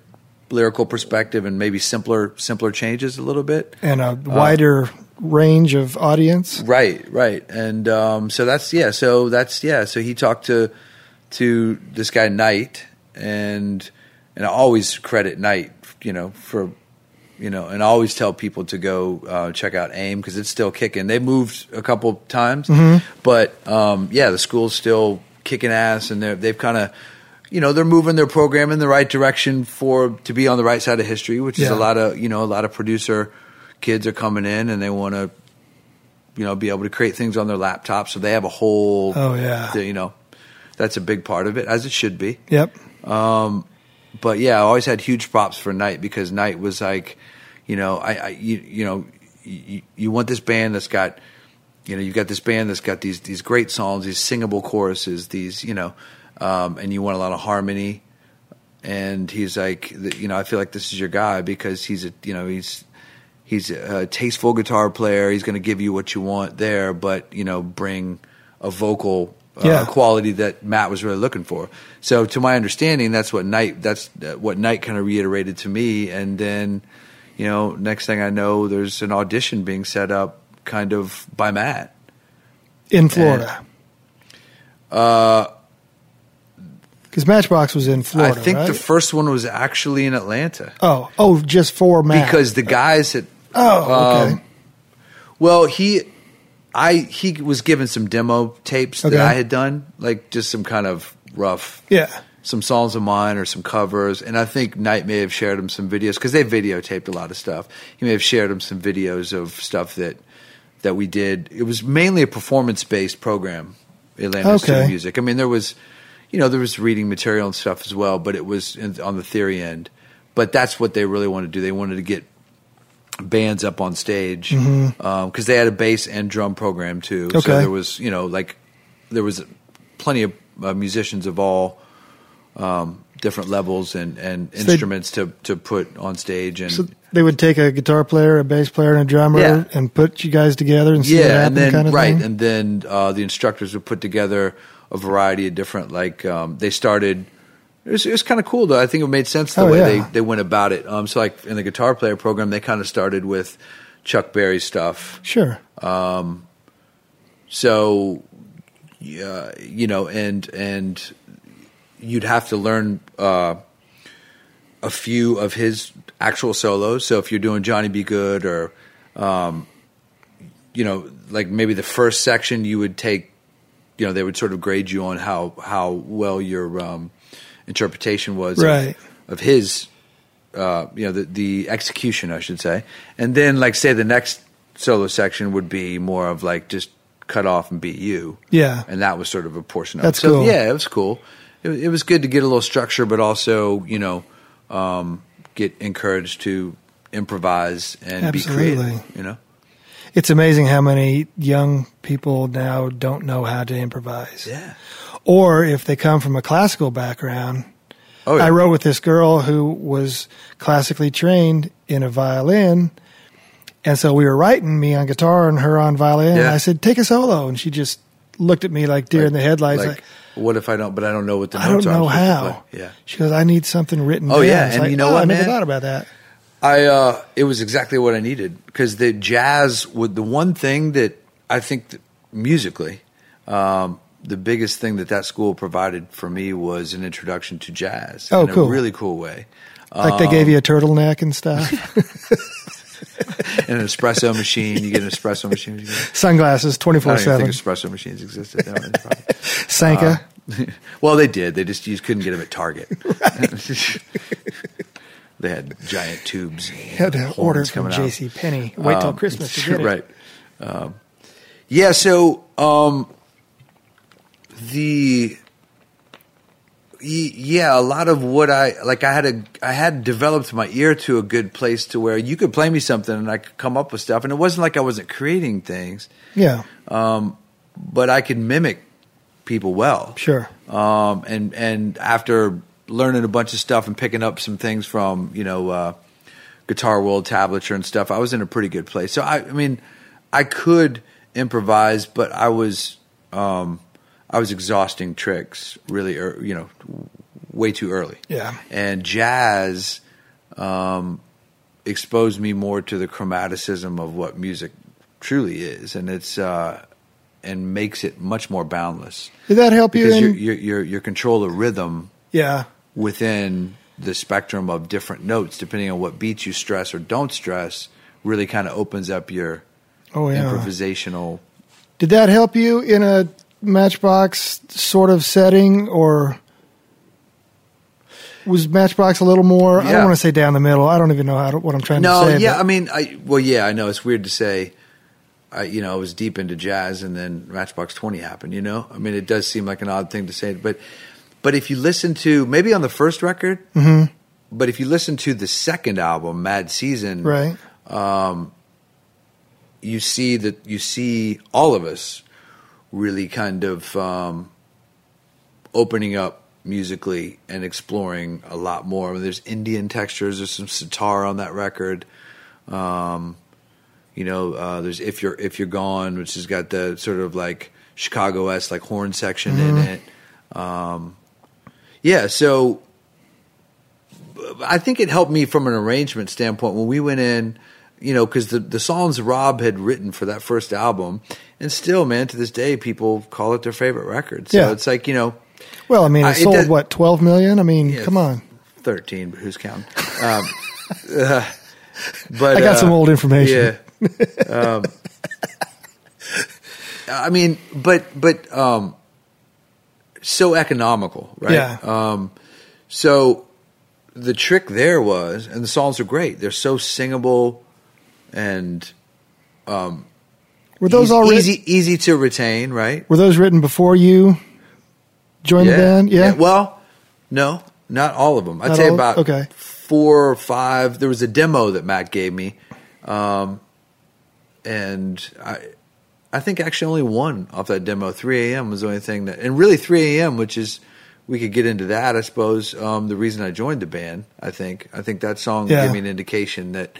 Speaker 2: lyrical perspective and maybe simpler simpler changes a little bit
Speaker 1: and a wider range of audience.
Speaker 2: Right, right. And um, so that's yeah. So that's yeah. So he talked to to this guy Knight, and and I always credit Knight, you know, for you know, and I always tell people to go uh, check out AIM because it's still kicking. They moved a couple times, but um, yeah, the school's still kicking ass, and they're, they've kind of. You know they're moving their program in the right direction for to be on the right side of history, which is
Speaker 1: Yeah.
Speaker 2: a lot of you know a lot of producer kids are coming in and they want to you know, be able to create things on their laptop. So they have a whole,
Speaker 1: Oh, yeah.
Speaker 2: you know, that's a big part of it, as it should be. Um,
Speaker 1: Yep.
Speaker 2: But yeah, I always had huge props for Knight because Knight was like, you know, I, I you, you know, you, you want this band that's got, you know, you've got this band that's got these these great songs, these singable choruses, these, you know, um, and you want a lot of harmony and he's like, you know, I feel like this is your guy because he's a, you know, he's he's a tasteful guitar player. He's going to give you what you want there, but you know, bring a vocal uh,
Speaker 1: Yeah.
Speaker 2: quality that Matt was really looking for. So, to my understanding, that's what Knight that's uh, what Knight kind of reiterated to me. And then, you know, next thing I know, there's an audition being set up, kind of by Matt.
Speaker 1: in Florida. Because Matchbox was in Florida.
Speaker 2: uh, I think the
Speaker 1: right?
Speaker 2: first one was actually in Atlanta
Speaker 1: oh, oh, just for Matt.
Speaker 2: because the guys that
Speaker 1: oh, okay,
Speaker 2: um, Well, he, I he was given some demo tapes
Speaker 1: Okay.
Speaker 2: that I had done, like just some kind of rough,
Speaker 1: yeah,
Speaker 2: some songs of mine or some covers. And I think Knight may have shared him some videos because they videotaped a lot of stuff. He may have shared him some videos of stuff that that we did. It was mainly a performance based program, Atlanta
Speaker 1: Okay.
Speaker 2: Student Music. I mean, there was, you know, there was reading material and stuff as well, but it was in, on the theory end. But that's what they really wanted to do. They wanted to get bands up on stage because they had a bass and drum program too.
Speaker 1: Mm-hmm. Okay.
Speaker 2: So there was, you know, like there was plenty of uh, musicians of all um, different levels and, and
Speaker 1: they-
Speaker 2: instruments to, to put on stage and.
Speaker 1: so they would take a guitar player, a bass player, and a drummer,
Speaker 2: Yeah.
Speaker 1: and put you guys together and see what
Speaker 2: yeah,
Speaker 1: happened,
Speaker 2: and then
Speaker 1: kind of
Speaker 2: right,
Speaker 1: thing.
Speaker 2: and then uh, the instructors would put together a variety of different. Like um, they started, it was, it was kind of cool though. I think it made sense the
Speaker 1: Oh,
Speaker 2: way
Speaker 1: yeah.
Speaker 2: they, they went about it. Um, so like in the guitar player program, they kind of started with Chuck Berry stuff.
Speaker 1: sure,
Speaker 2: So, yeah, you know, and and you'd have to learn uh, a few of his actual solos. So if you're doing Johnny Be Good or, um, you know, like maybe the first section, you would take, you know, they would sort of grade you on how how well your um, interpretation was of-
Speaker 1: Right.
Speaker 2: of his uh, you know, the, the execution, I should say. And then, like, say the next solo section would be more of like just cut off and beat you.
Speaker 1: Yeah.
Speaker 2: And that was sort of a portion of
Speaker 1: That's
Speaker 2: it. So,
Speaker 1: cool.
Speaker 2: yeah, it was cool. It, it was good to get a little structure, but also, you know, um, get encouraged to improvise and be
Speaker 1: Absolutely.
Speaker 2: creative, you know?
Speaker 1: it's amazing how many young people now don't know how to improvise,
Speaker 2: Yeah.
Speaker 1: or if they come from a classical background,
Speaker 2: Oh, yeah.
Speaker 1: I rode with this girl who was classically trained in a violin. And so we were writing, me on guitar and her on violin. And
Speaker 2: Yeah.
Speaker 1: I said, take a solo. And she just looked at me like deer in the headlights.
Speaker 2: Like,
Speaker 1: Like,
Speaker 2: what if I don't, but I don't know what the
Speaker 1: I
Speaker 2: notes
Speaker 1: don't know
Speaker 2: are. I'm supposed to
Speaker 1: how.
Speaker 2: play. Yeah.
Speaker 1: She goes, I need something written.
Speaker 2: Oh,
Speaker 1: down."
Speaker 2: yeah,
Speaker 1: It's
Speaker 2: and
Speaker 1: like,
Speaker 2: you know
Speaker 1: "Oh, I
Speaker 2: what,
Speaker 1: never
Speaker 2: man?
Speaker 1: thought about that.
Speaker 2: I uh, it was exactly what I needed because the jazz would the one thing that I think that musically um, the biggest thing that that school provided for me was an introduction to jazz.
Speaker 1: Oh,
Speaker 2: in
Speaker 1: cool.
Speaker 2: A really cool way,
Speaker 1: Like they
Speaker 2: Um,
Speaker 1: gave you a turtleneck and
Speaker 2: *laughs*
Speaker 1: stuff,
Speaker 2: and an
Speaker 1: *laughs*
Speaker 2: espresso machine. You get an espresso machine.
Speaker 1: sunglasses,
Speaker 2: I
Speaker 1: 24
Speaker 2: don't
Speaker 1: 7.
Speaker 2: even think espresso machines existed. They don't- probably-
Speaker 1: Sanka.
Speaker 2: Uh, *laughs* well, they did. They just you just couldn't get them at
Speaker 1: *laughs*
Speaker 2: Target. *laughs* they had giant tubes.
Speaker 1: had to order
Speaker 2: horns
Speaker 1: from
Speaker 2: coming out.
Speaker 1: J.C. Penney. Wait till
Speaker 2: Um,
Speaker 1: Christmas
Speaker 2: *laughs*
Speaker 1: to get it.
Speaker 2: Right. Um, yeah. So um, the y- yeah, a lot of what I like, I had a I had developed my ear to a good place to where you could play me something and I could come up with stuff. And it wasn't like I wasn't creating things, um,
Speaker 1: Yeah,
Speaker 2: but I could mimic people well
Speaker 1: sure.
Speaker 2: um, and and after learning a bunch of stuff and picking up some things from you know uh, Guitar World tablature and stuff, I was in a pretty good place. So I, I mean, I could improvise, but I was um, I was exhausting tricks really, ear you know, way too early.
Speaker 1: Yeah.
Speaker 2: and jazz um, exposed me more to the chromaticism of what music truly is, and it's uh, and makes it much more boundless
Speaker 1: Did that help you?
Speaker 2: because
Speaker 1: In,
Speaker 2: you're, you're, you're, you're control of rhythm
Speaker 1: yeah,
Speaker 2: within the spectrum of different notes, depending on what beats you stress or don't stress, really kind of opens up your
Speaker 1: Oh, yeah.
Speaker 2: improvisational.
Speaker 1: Did that help you in a Matchbox sort of setting, or was Matchbox a little more? I don't
Speaker 2: Yeah.
Speaker 1: want to say down the middle. I don't even know how to, what I'm trying
Speaker 2: No,
Speaker 1: to say.
Speaker 2: yeah, I
Speaker 1: but
Speaker 2: mean, I well, yeah, I know it's weird to say. I, you know, I was deep into jazz, and then Matchbox Twenty happened. You know, I mean, it does seem like an odd thing to say, but but if you listen to maybe on the first record,
Speaker 1: Mm-hmm,
Speaker 2: but if you listen to the second album, Mad Season,
Speaker 1: right.
Speaker 2: Um, you see that you see all of us really kind of um, opening up musically and exploring a lot more. I mean, there's Indian textures. There's some sitar on that record. Um, you know, uh, there's if you're if you're gone, which has got the sort of like Chicago esque like horn section in it. Um, yeah, so I think it helped me from an arrangement standpoint when we went in, you know, because the, the songs Rob had written for that first album, and still, man, to this day, people call it their favorite record. So
Speaker 1: Yeah.
Speaker 2: it's like, you know,
Speaker 1: Well, I mean, it
Speaker 2: Uh, it
Speaker 1: sold
Speaker 2: does-
Speaker 1: what twelve million. I mean,
Speaker 2: Yeah.
Speaker 1: come on.
Speaker 2: 13, but
Speaker 1: *laughs*
Speaker 2: who's counting? Um, uh, but
Speaker 1: I got
Speaker 2: uh,
Speaker 1: some old information.
Speaker 2: Yeah. Um, I mean, but but um, so economical, right?
Speaker 1: Yeah.
Speaker 2: Um, so the trick there was, and the songs are great. They're so singable and
Speaker 1: Were those
Speaker 2: easy,
Speaker 1: all writ-
Speaker 2: easy, easy to retain, right?
Speaker 1: Were those written before you joined the band? Yeah.
Speaker 2: Well, no, not all of them. I'd
Speaker 1: Not
Speaker 2: say
Speaker 1: all-
Speaker 2: about
Speaker 1: okay.
Speaker 2: four or five. There was a demo that Matt gave me, um, and I, I think actually only one off that demo. Three a.m. was the only thing that, and really three a.m., which is we could get into that. I suppose um, the reason I joined the band. I think I think that song
Speaker 1: Yeah.
Speaker 2: gave me an indication that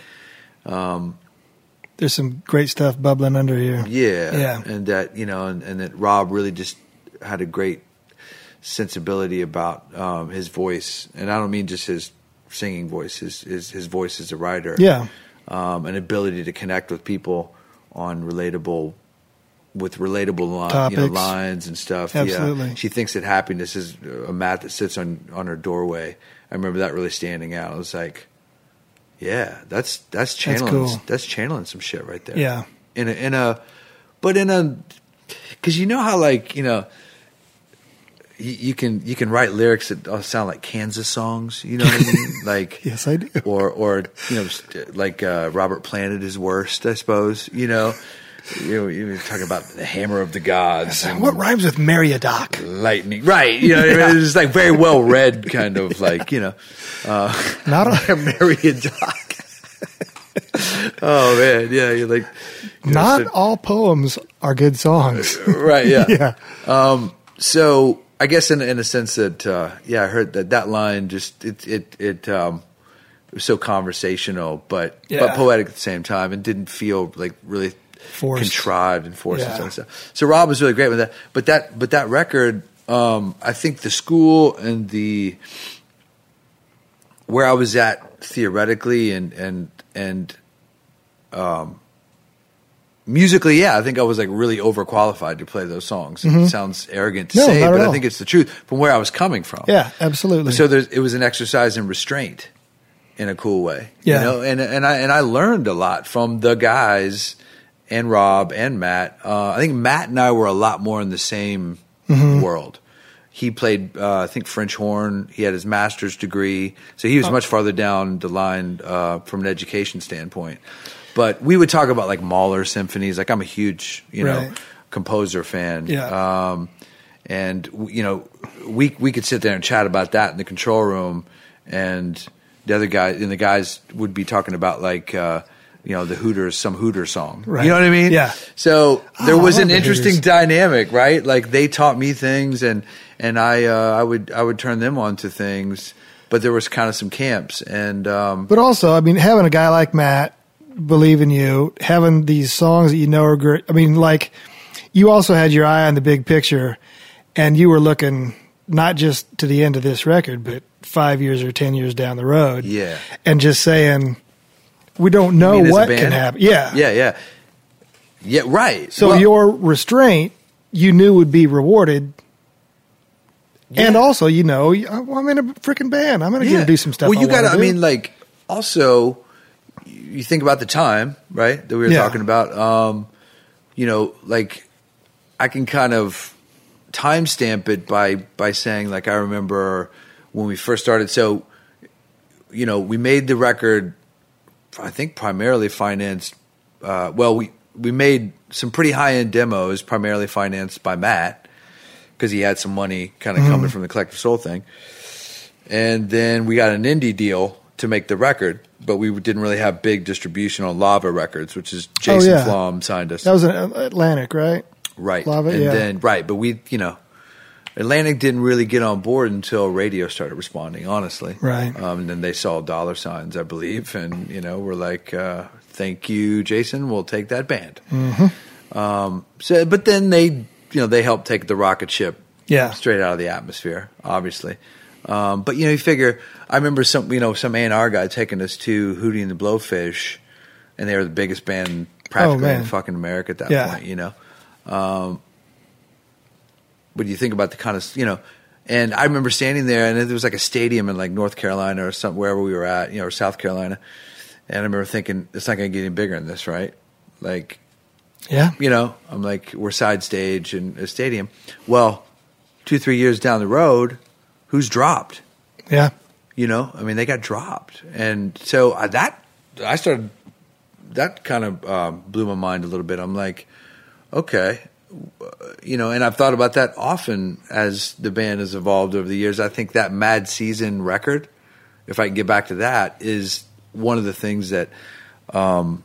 Speaker 1: There's some great stuff bubbling under here.
Speaker 2: Yeah.
Speaker 1: Yeah.
Speaker 2: And that, you know, and, and that Rob really just had a great sensibility about um, his voice. And I don't mean just his singing voice, his, his, his voice as a writer.
Speaker 1: Yeah.
Speaker 2: Um, an ability to connect with people on relatable, with relatable li- you know,
Speaker 1: Topics.
Speaker 2: lines and stuff.
Speaker 1: Absolutely.
Speaker 2: Yeah. She thinks that happiness is a mat that sits on, on her doorway. I remember that really standing out. I was like, yeah, that's that's channeling
Speaker 1: cool.
Speaker 2: that's channeling some shit right there
Speaker 1: Yeah.
Speaker 2: in a, in a but in a because you know how like you know you, you can you can write lyrics that all sound like Kansas songs you know what
Speaker 1: *laughs*
Speaker 2: I mean like
Speaker 1: Yes, I do.
Speaker 2: or or you know st- like uh, Robert Planet is worst I suppose you know you know, you're talking about the hammer of the gods and
Speaker 1: What rhymes with Mariadoc?
Speaker 2: lightning right you know what I mean? it's like very well read kind of like you know uh,
Speaker 1: Not a,
Speaker 2: marry a doc *laughs* oh man yeah you're like you know,
Speaker 1: not
Speaker 2: so-
Speaker 1: all poems are good songs.
Speaker 2: *laughs* right
Speaker 1: *laughs*
Speaker 2: Um,
Speaker 1: yeah.
Speaker 2: so I guess in in a sense that uh, yeah, I heard that that line just it it it um, it was so conversational, but
Speaker 1: Yeah.
Speaker 2: but poetic at the same time, and didn't feel like really
Speaker 1: Forced.
Speaker 2: contrived and forced
Speaker 1: Yeah.
Speaker 2: and and stuff. So Rob was really great with that, but that but that record, um, I think the school and the where I was at theoretically and and and um, musically, yeah, I think I was like really overqualified to play those songs. It sounds arrogant to
Speaker 1: Mm-hmm. No,
Speaker 2: say,
Speaker 1: not at
Speaker 2: but
Speaker 1: all.
Speaker 2: I think it's the truth from where I was coming from.
Speaker 1: Yeah, absolutely.
Speaker 2: So there's, it was an exercise in restraint in a cool way.
Speaker 1: Yeah.
Speaker 2: You know, and and I and I learned a lot from the guys and Rob and Matt. Uh, I think Matt and I were a lot more in the same
Speaker 1: Mm-hmm.
Speaker 2: world. He played, uh, I think, French horn. He had his master's degree, so he
Speaker 1: Oh.
Speaker 2: was much farther down the line uh, from an education standpoint. But we would talk about like Mahler symphonies. Like I'm a huge, you know,
Speaker 1: Right.
Speaker 2: composer fan.
Speaker 1: Yeah.
Speaker 2: Um, and w- you know, we we could sit there and chat about that in the control room, and the other guy and the guys would be talking about like uh, you know the Hooters, some Hooter song.
Speaker 1: Right.
Speaker 2: You know what I mean?
Speaker 1: Yeah.
Speaker 2: So there
Speaker 1: Oh, I
Speaker 2: was
Speaker 1: love
Speaker 2: an
Speaker 1: the
Speaker 2: interesting
Speaker 1: Hooters.
Speaker 2: dynamic, right? Like they taught me things, and and I uh, I would I would turn them on to things, but there was kind of some camps, and um,
Speaker 1: But also, I mean, having a guy like Matt believe in you, having these songs that you know are great. I mean, like, you also had your eye on the big picture and you were looking not just to the end of this record, but five years or 10 years down the road.
Speaker 2: Yeah.
Speaker 1: And just saying, we don't know
Speaker 2: I mean, as a
Speaker 1: what
Speaker 2: band-
Speaker 1: can happen. Yeah.
Speaker 2: yeah, yeah, yeah, right.
Speaker 1: So
Speaker 2: Well,
Speaker 1: your restraint you knew would be rewarded. And
Speaker 2: Yeah.
Speaker 1: also, you know, you- well, I'm in a freaking band. I'm going to
Speaker 2: Yeah.
Speaker 1: get to do some stuff.
Speaker 2: Well, you
Speaker 1: got to,
Speaker 2: I mean, like, also, you you think about the time, right? That we were
Speaker 1: Yeah.
Speaker 2: talking about. Um, you know, like, I can kind of timestamp it by by saying, like, I remember when we first started. So, you know, we made the record. I think primarily financed. Uh, well, we we made some pretty high end demos, primarily financed by Matt because he had some money kind of coming from the Collective Soul thing and then we got an indie deal to make the record, but we didn't really have big distribution on Lava Records, which is Jason
Speaker 1: yeah.
Speaker 2: Flom signed us
Speaker 1: that was an uh, Atlantic, right?
Speaker 2: right,
Speaker 1: Lava,
Speaker 2: and
Speaker 1: yeah.
Speaker 2: then right, but we you know Atlantic didn't really get on board until radio started responding, honestly.
Speaker 1: Right.
Speaker 2: Um, and then they saw dollar signs, I believe, and you know, were like, uh, "Thank you, Jason. We'll take that band."
Speaker 1: Mm-hmm.
Speaker 2: Um, so, but then they, you know, they helped take the rocket ship
Speaker 1: Yeah.
Speaker 2: straight out of the atmosphere, obviously. Um, but you know, you figure. I remember some, you know, some A and R guy taking us to Hootie and the Blowfish, and they were the biggest band practically
Speaker 1: Oh, man.
Speaker 2: in fucking America at that
Speaker 1: Yeah.
Speaker 2: point. You know, um, but you think about the kind of you know, and I remember standing there, and there was like a stadium in like North Carolina or some wherever we were at, you know, or South Carolina, and I remember thinking it's not going to get any bigger than this, right? Like
Speaker 1: Yeah.
Speaker 2: you know, I'm like, we're side stage in a stadium. Well, two, three years down the road, who's dropped?
Speaker 1: Yeah.
Speaker 2: You know, I mean, they got dropped. And so I, that, I started, that kind of um, blew my mind a little bit. I'm like, okay, uh, you know, and I've thought about that often as the band has evolved over the years. I think that Mad Season record, if I can get back to that, is one of the things that um,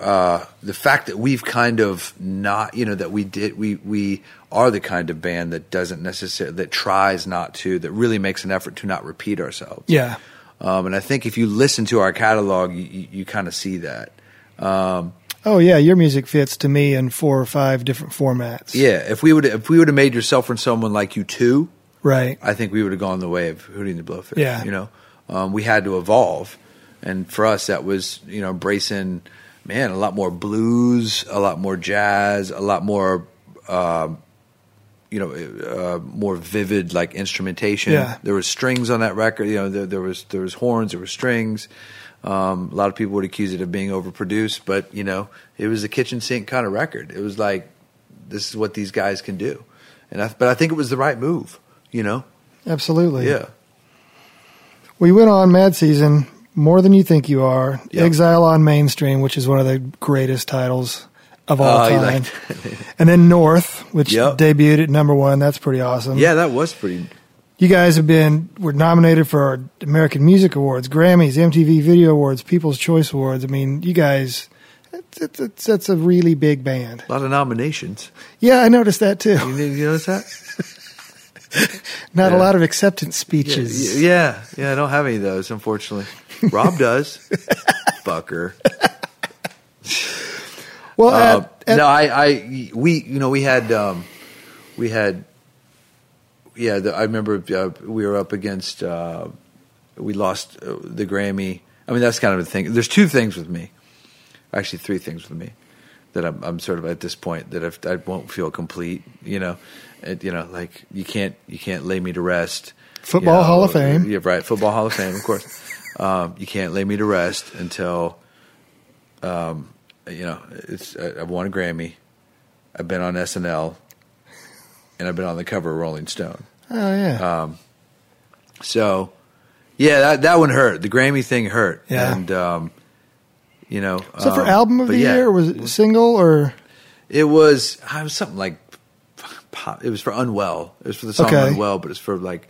Speaker 2: uh, the fact that we've kind of not, you know, that we did, we we are the kind of band that doesn't necessarily that tries not to, that really makes an effort to not repeat ourselves.
Speaker 1: Yeah.
Speaker 2: Um, and I think if you listen to our catalog, you, you, you kind of see that. Um,
Speaker 1: Oh yeah, your music fits to me in four or five different formats.
Speaker 2: yeah, if we would if we would have made yourself and someone like you too,
Speaker 1: Right.
Speaker 2: I think we would have gone the way of Hootie and the Blowfish.
Speaker 1: Yeah.
Speaker 2: You know, um, we had to evolve. And for us, that was, you know, embracing, man, a lot more blues, a lot more jazz, a lot more, um you know, uh, more vivid like instrumentation.
Speaker 1: Yeah.
Speaker 2: There was strings on that record. You know, there, there was there was horns, there were strings. Um, a lot of people would accuse it of being overproduced, but you know, it was a kitchen sink kind of record. It was like, this is what these guys can do, and I, but I think it was the right move. You know,
Speaker 1: Absolutely.
Speaker 2: yeah.
Speaker 1: We went on Mad Season, More Than You Think You Are,
Speaker 2: Yeah.
Speaker 1: Exile on Mainstream, which is one of the greatest titles of all
Speaker 2: Oh, you
Speaker 1: time.
Speaker 2: liked
Speaker 1: *laughs* and then North, which
Speaker 2: Yep.
Speaker 1: debuted at number one. That's pretty awesome.
Speaker 2: Yeah, that was pretty.
Speaker 1: You guys have been were nominated for our American Music Awards, Grammys, MTV Video Awards, People's Choice Awards. I mean, you guys it's, it's, it's, that's a really big band.
Speaker 2: A lot of nominations.
Speaker 1: Yeah, I noticed that
Speaker 2: You,
Speaker 1: too.
Speaker 2: you notice that?
Speaker 1: Not a
Speaker 2: Yeah.
Speaker 1: lot of acceptance speeches.
Speaker 2: Yeah, yeah. I don't have any of those, unfortunately. Rob does. Fucker.
Speaker 1: Well,
Speaker 2: Uh,
Speaker 1: at, at,
Speaker 2: no, I, I, we, you know, we had, um, we had, yeah. The, I remember uh, we were up against. Uh, we lost uh, the Grammy. I mean, that's kind of the thing. There's two things with me, actually, three things with me that I'm, I'm sort of at this point that if, I won't feel complete. You know, and, you know, like you can't, you can't lay me to rest.
Speaker 1: Football
Speaker 2: You know,
Speaker 1: Hall of Fame.
Speaker 2: Yeah, right. Football Hall of Fame, of course.
Speaker 1: *laughs*
Speaker 2: um, you can't lay me to rest until um, you know, it's I- I've won a Grammy, I've been on SNL, and I've been on the cover of Rolling Stone.
Speaker 1: oh yeah.
Speaker 2: Uh, So, yeah, that that one hurt. The Grammy thing hurt.
Speaker 1: Yeah.
Speaker 2: and um, you know,
Speaker 1: Was that for
Speaker 2: um,
Speaker 1: album of
Speaker 2: but
Speaker 1: the
Speaker 2: yeah,
Speaker 1: year, or was it single, or
Speaker 2: It was. I was something like pop. It was for Unwell. It was for the song
Speaker 1: Okay.
Speaker 2: Unwell, but it's for like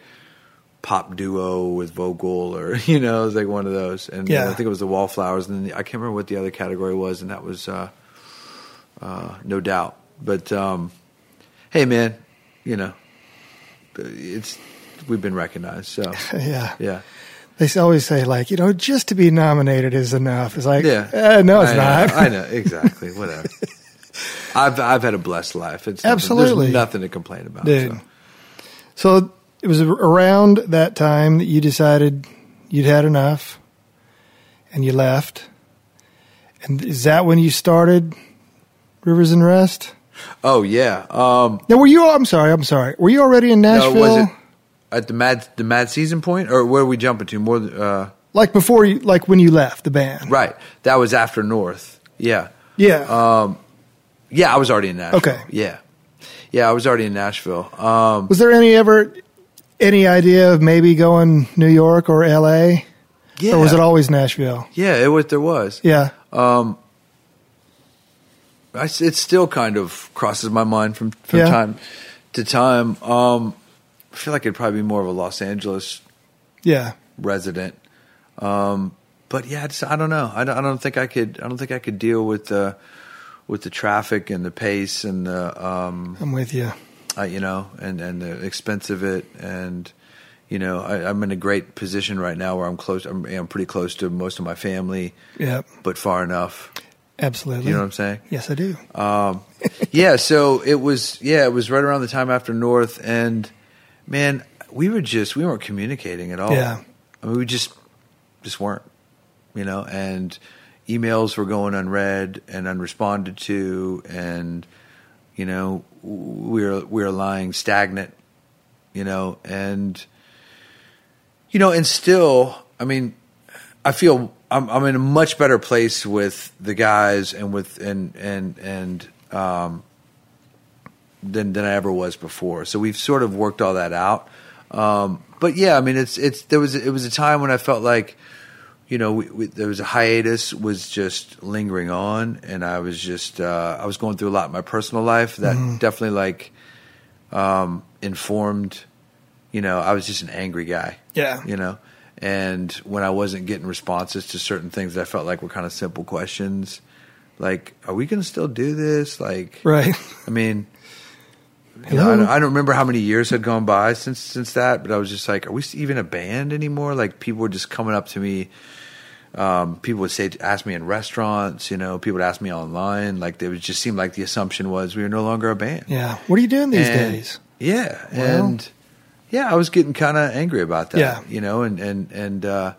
Speaker 2: pop duo with Vogel or *laughs* you know, it was like one of those. And uh,
Speaker 1: Yeah.
Speaker 2: I think it was the Wallflowers, and then the, I can't remember what the other category was, and that was uh, uh, No Doubt. But um, hey, man, you know, it's we've been
Speaker 1: *laughs*
Speaker 2: recognized, so
Speaker 1: yeah?
Speaker 2: yeah.
Speaker 1: They always say like, you know, just to be nominated is enough. It's like,
Speaker 2: Yeah.
Speaker 1: eh, no, it's
Speaker 2: I know,
Speaker 1: not.
Speaker 2: I know exactly.
Speaker 1: *laughs*
Speaker 2: Whatever. I've I've had a blessed life. It's nothing-
Speaker 1: Absolutely.
Speaker 2: there's nothing to complain about.
Speaker 1: dude.
Speaker 2: so.
Speaker 1: So it was around that time that you decided you'd had enough, and you left. And is that when you started Rivers and Rest?
Speaker 2: Oh yeah. Um,
Speaker 1: Now, were you? I'm sorry, I'm sorry. Were you already in
Speaker 2: no,
Speaker 1: Nashville?
Speaker 2: was it at the mad the mad season point, or where are we jumping to? More than- uh,
Speaker 1: Like before you, like when you left the band,
Speaker 2: right. That was after North. Yeah.
Speaker 1: Yeah,
Speaker 2: Uh, Yeah, I was already in Nashville.
Speaker 1: Okay.
Speaker 2: Yeah. Yeah, I was already in Nashville. Um,
Speaker 1: Was there any ever any idea of maybe going New York or L.A.
Speaker 2: yeah.
Speaker 1: or was it always Nashville?
Speaker 2: Yeah, it was. There was. Um,
Speaker 1: Yeah,
Speaker 2: I s it still kind of crosses my mind from, from
Speaker 1: Yeah.
Speaker 2: time to time. Um, I feel like it'd probably be more of a Los Angeles
Speaker 1: yeah,
Speaker 2: resident. Um, but yeah, it's, I don't know. I don't, I don't think I could. I don't think I could deal with the with the traffic and the pace and the. Um,
Speaker 1: I'm with you.
Speaker 2: I, you know, and and the expense of it, and you know, I, I'm in a great position right now where I'm close. I'm, I'm pretty close to most of my family,
Speaker 1: Yep.
Speaker 2: but far enough.
Speaker 1: Absolutely.
Speaker 2: You know what I'm saying?
Speaker 1: Yes, I do.
Speaker 2: Um, yeah, so it was yeah, it was right around the time after North, and man, we were just we weren't communicating at all.
Speaker 1: Yeah.
Speaker 2: I mean, we just just weren't, you know, and emails were going unread and unresponded to, and you know, we were we were lying stagnant, you know, and you know, and still, I mean, I feel I'm, I'm in a much better place with the guys and with and and and um, than than I ever was before. So we've sort of worked all that out. Um, but yeah, I mean, it's it's there was it was a time when I felt like you know we, we, there was a hiatus was just lingering on, and I was just uh, I was going through a lot in my personal life that definitely like um, informed. You know, I was just an angry guy
Speaker 1: Yeah.
Speaker 2: you know and when i wasn't getting responses to certain things that i felt like were kind of simple questions like are we going to still do this like
Speaker 1: Right.
Speaker 2: i mean you know,
Speaker 1: Hello?
Speaker 2: I, don't, I don't remember how many years had gone by since since that but i was just like are we even a band anymore like people were just coming up to me um, people would say ask me in restaurants you know people would ask me online like it would just seem like the assumption was we were no longer a band
Speaker 1: Yeah. What are you doing these
Speaker 2: and-
Speaker 1: days?
Speaker 2: Yeah,
Speaker 1: Well-
Speaker 2: and yeah, I was getting kind of angry about that.
Speaker 1: Yeah.
Speaker 2: you know, and and and uh,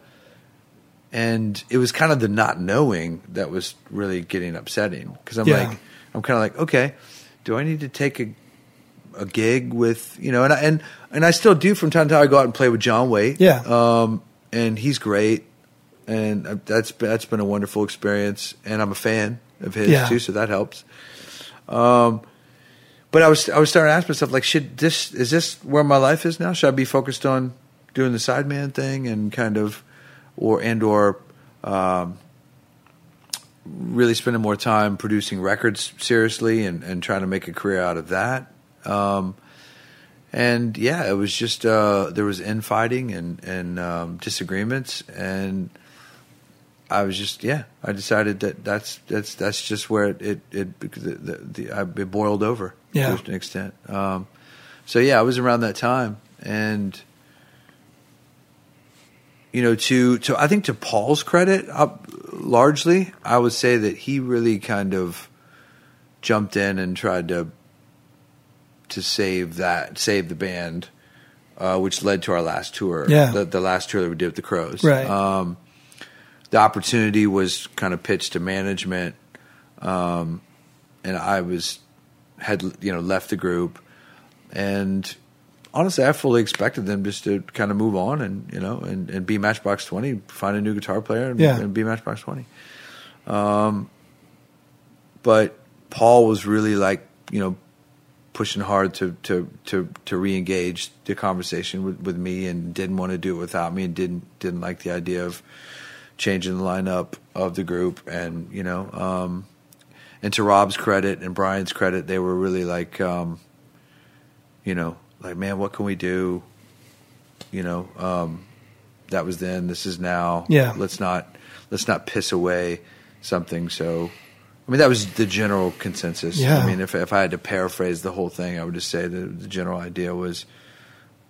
Speaker 2: and it was kind of the not knowing that was really getting upsetting because I'm
Speaker 1: Yeah.
Speaker 2: like, I'm kind of like, okay, do I need to take a a gig with you know, and I, and and I still do from time to time. I go out and play with John Waite.
Speaker 1: Yeah.
Speaker 2: um, and he's great, and uh, that's that's been a wonderful experience, and I'm a fan of his
Speaker 1: Yeah.
Speaker 2: too, so that helps. Um, but I was I was starting to ask myself like, should this is this where my life is now? Should I be focused on doing the sideman thing and kind of, or and or, um, really spending more time producing records seriously and and trying to make a career out of that. Um, and yeah, it was just uh, there was infighting and and um, disagreements, and I was just yeah, I decided that that's that's that's just where it it it, the, the, the, I, it boiled over
Speaker 1: Yeah.
Speaker 2: to an extent. Um, so yeah, I was around that time, and you know, to to I think to Paul's credit, uh, largely, I would say that he really kind of jumped in and tried to to save that save the band, uh, which led to our last tour.
Speaker 1: Yeah.
Speaker 2: the, the last tour that we did with the Crows.
Speaker 1: Right.
Speaker 2: Um, the opportunity was kind of pitched to management, um, and I was had you know left the group, and honestly, I fully expected them just to kind of move on and you know and, and be Matchbox Twenty, find a new guitar player, and,
Speaker 1: Yeah.
Speaker 2: and be Matchbox Twenty. Um, but Paul was really like you know pushing hard to to to to reengage the conversation with, with me and didn't want to do it without me and didn't didn't like the idea of changing the lineup of the group and you know um and to Rob's credit and Brian's credit they were really like um you know like man what can we do you know um that was then this is now
Speaker 1: Yeah.
Speaker 2: let's not let's not piss away something so I mean that was the general consensus
Speaker 1: Yeah.
Speaker 2: I mean, if if I had to paraphrase the whole thing, I would just say the, the general idea was,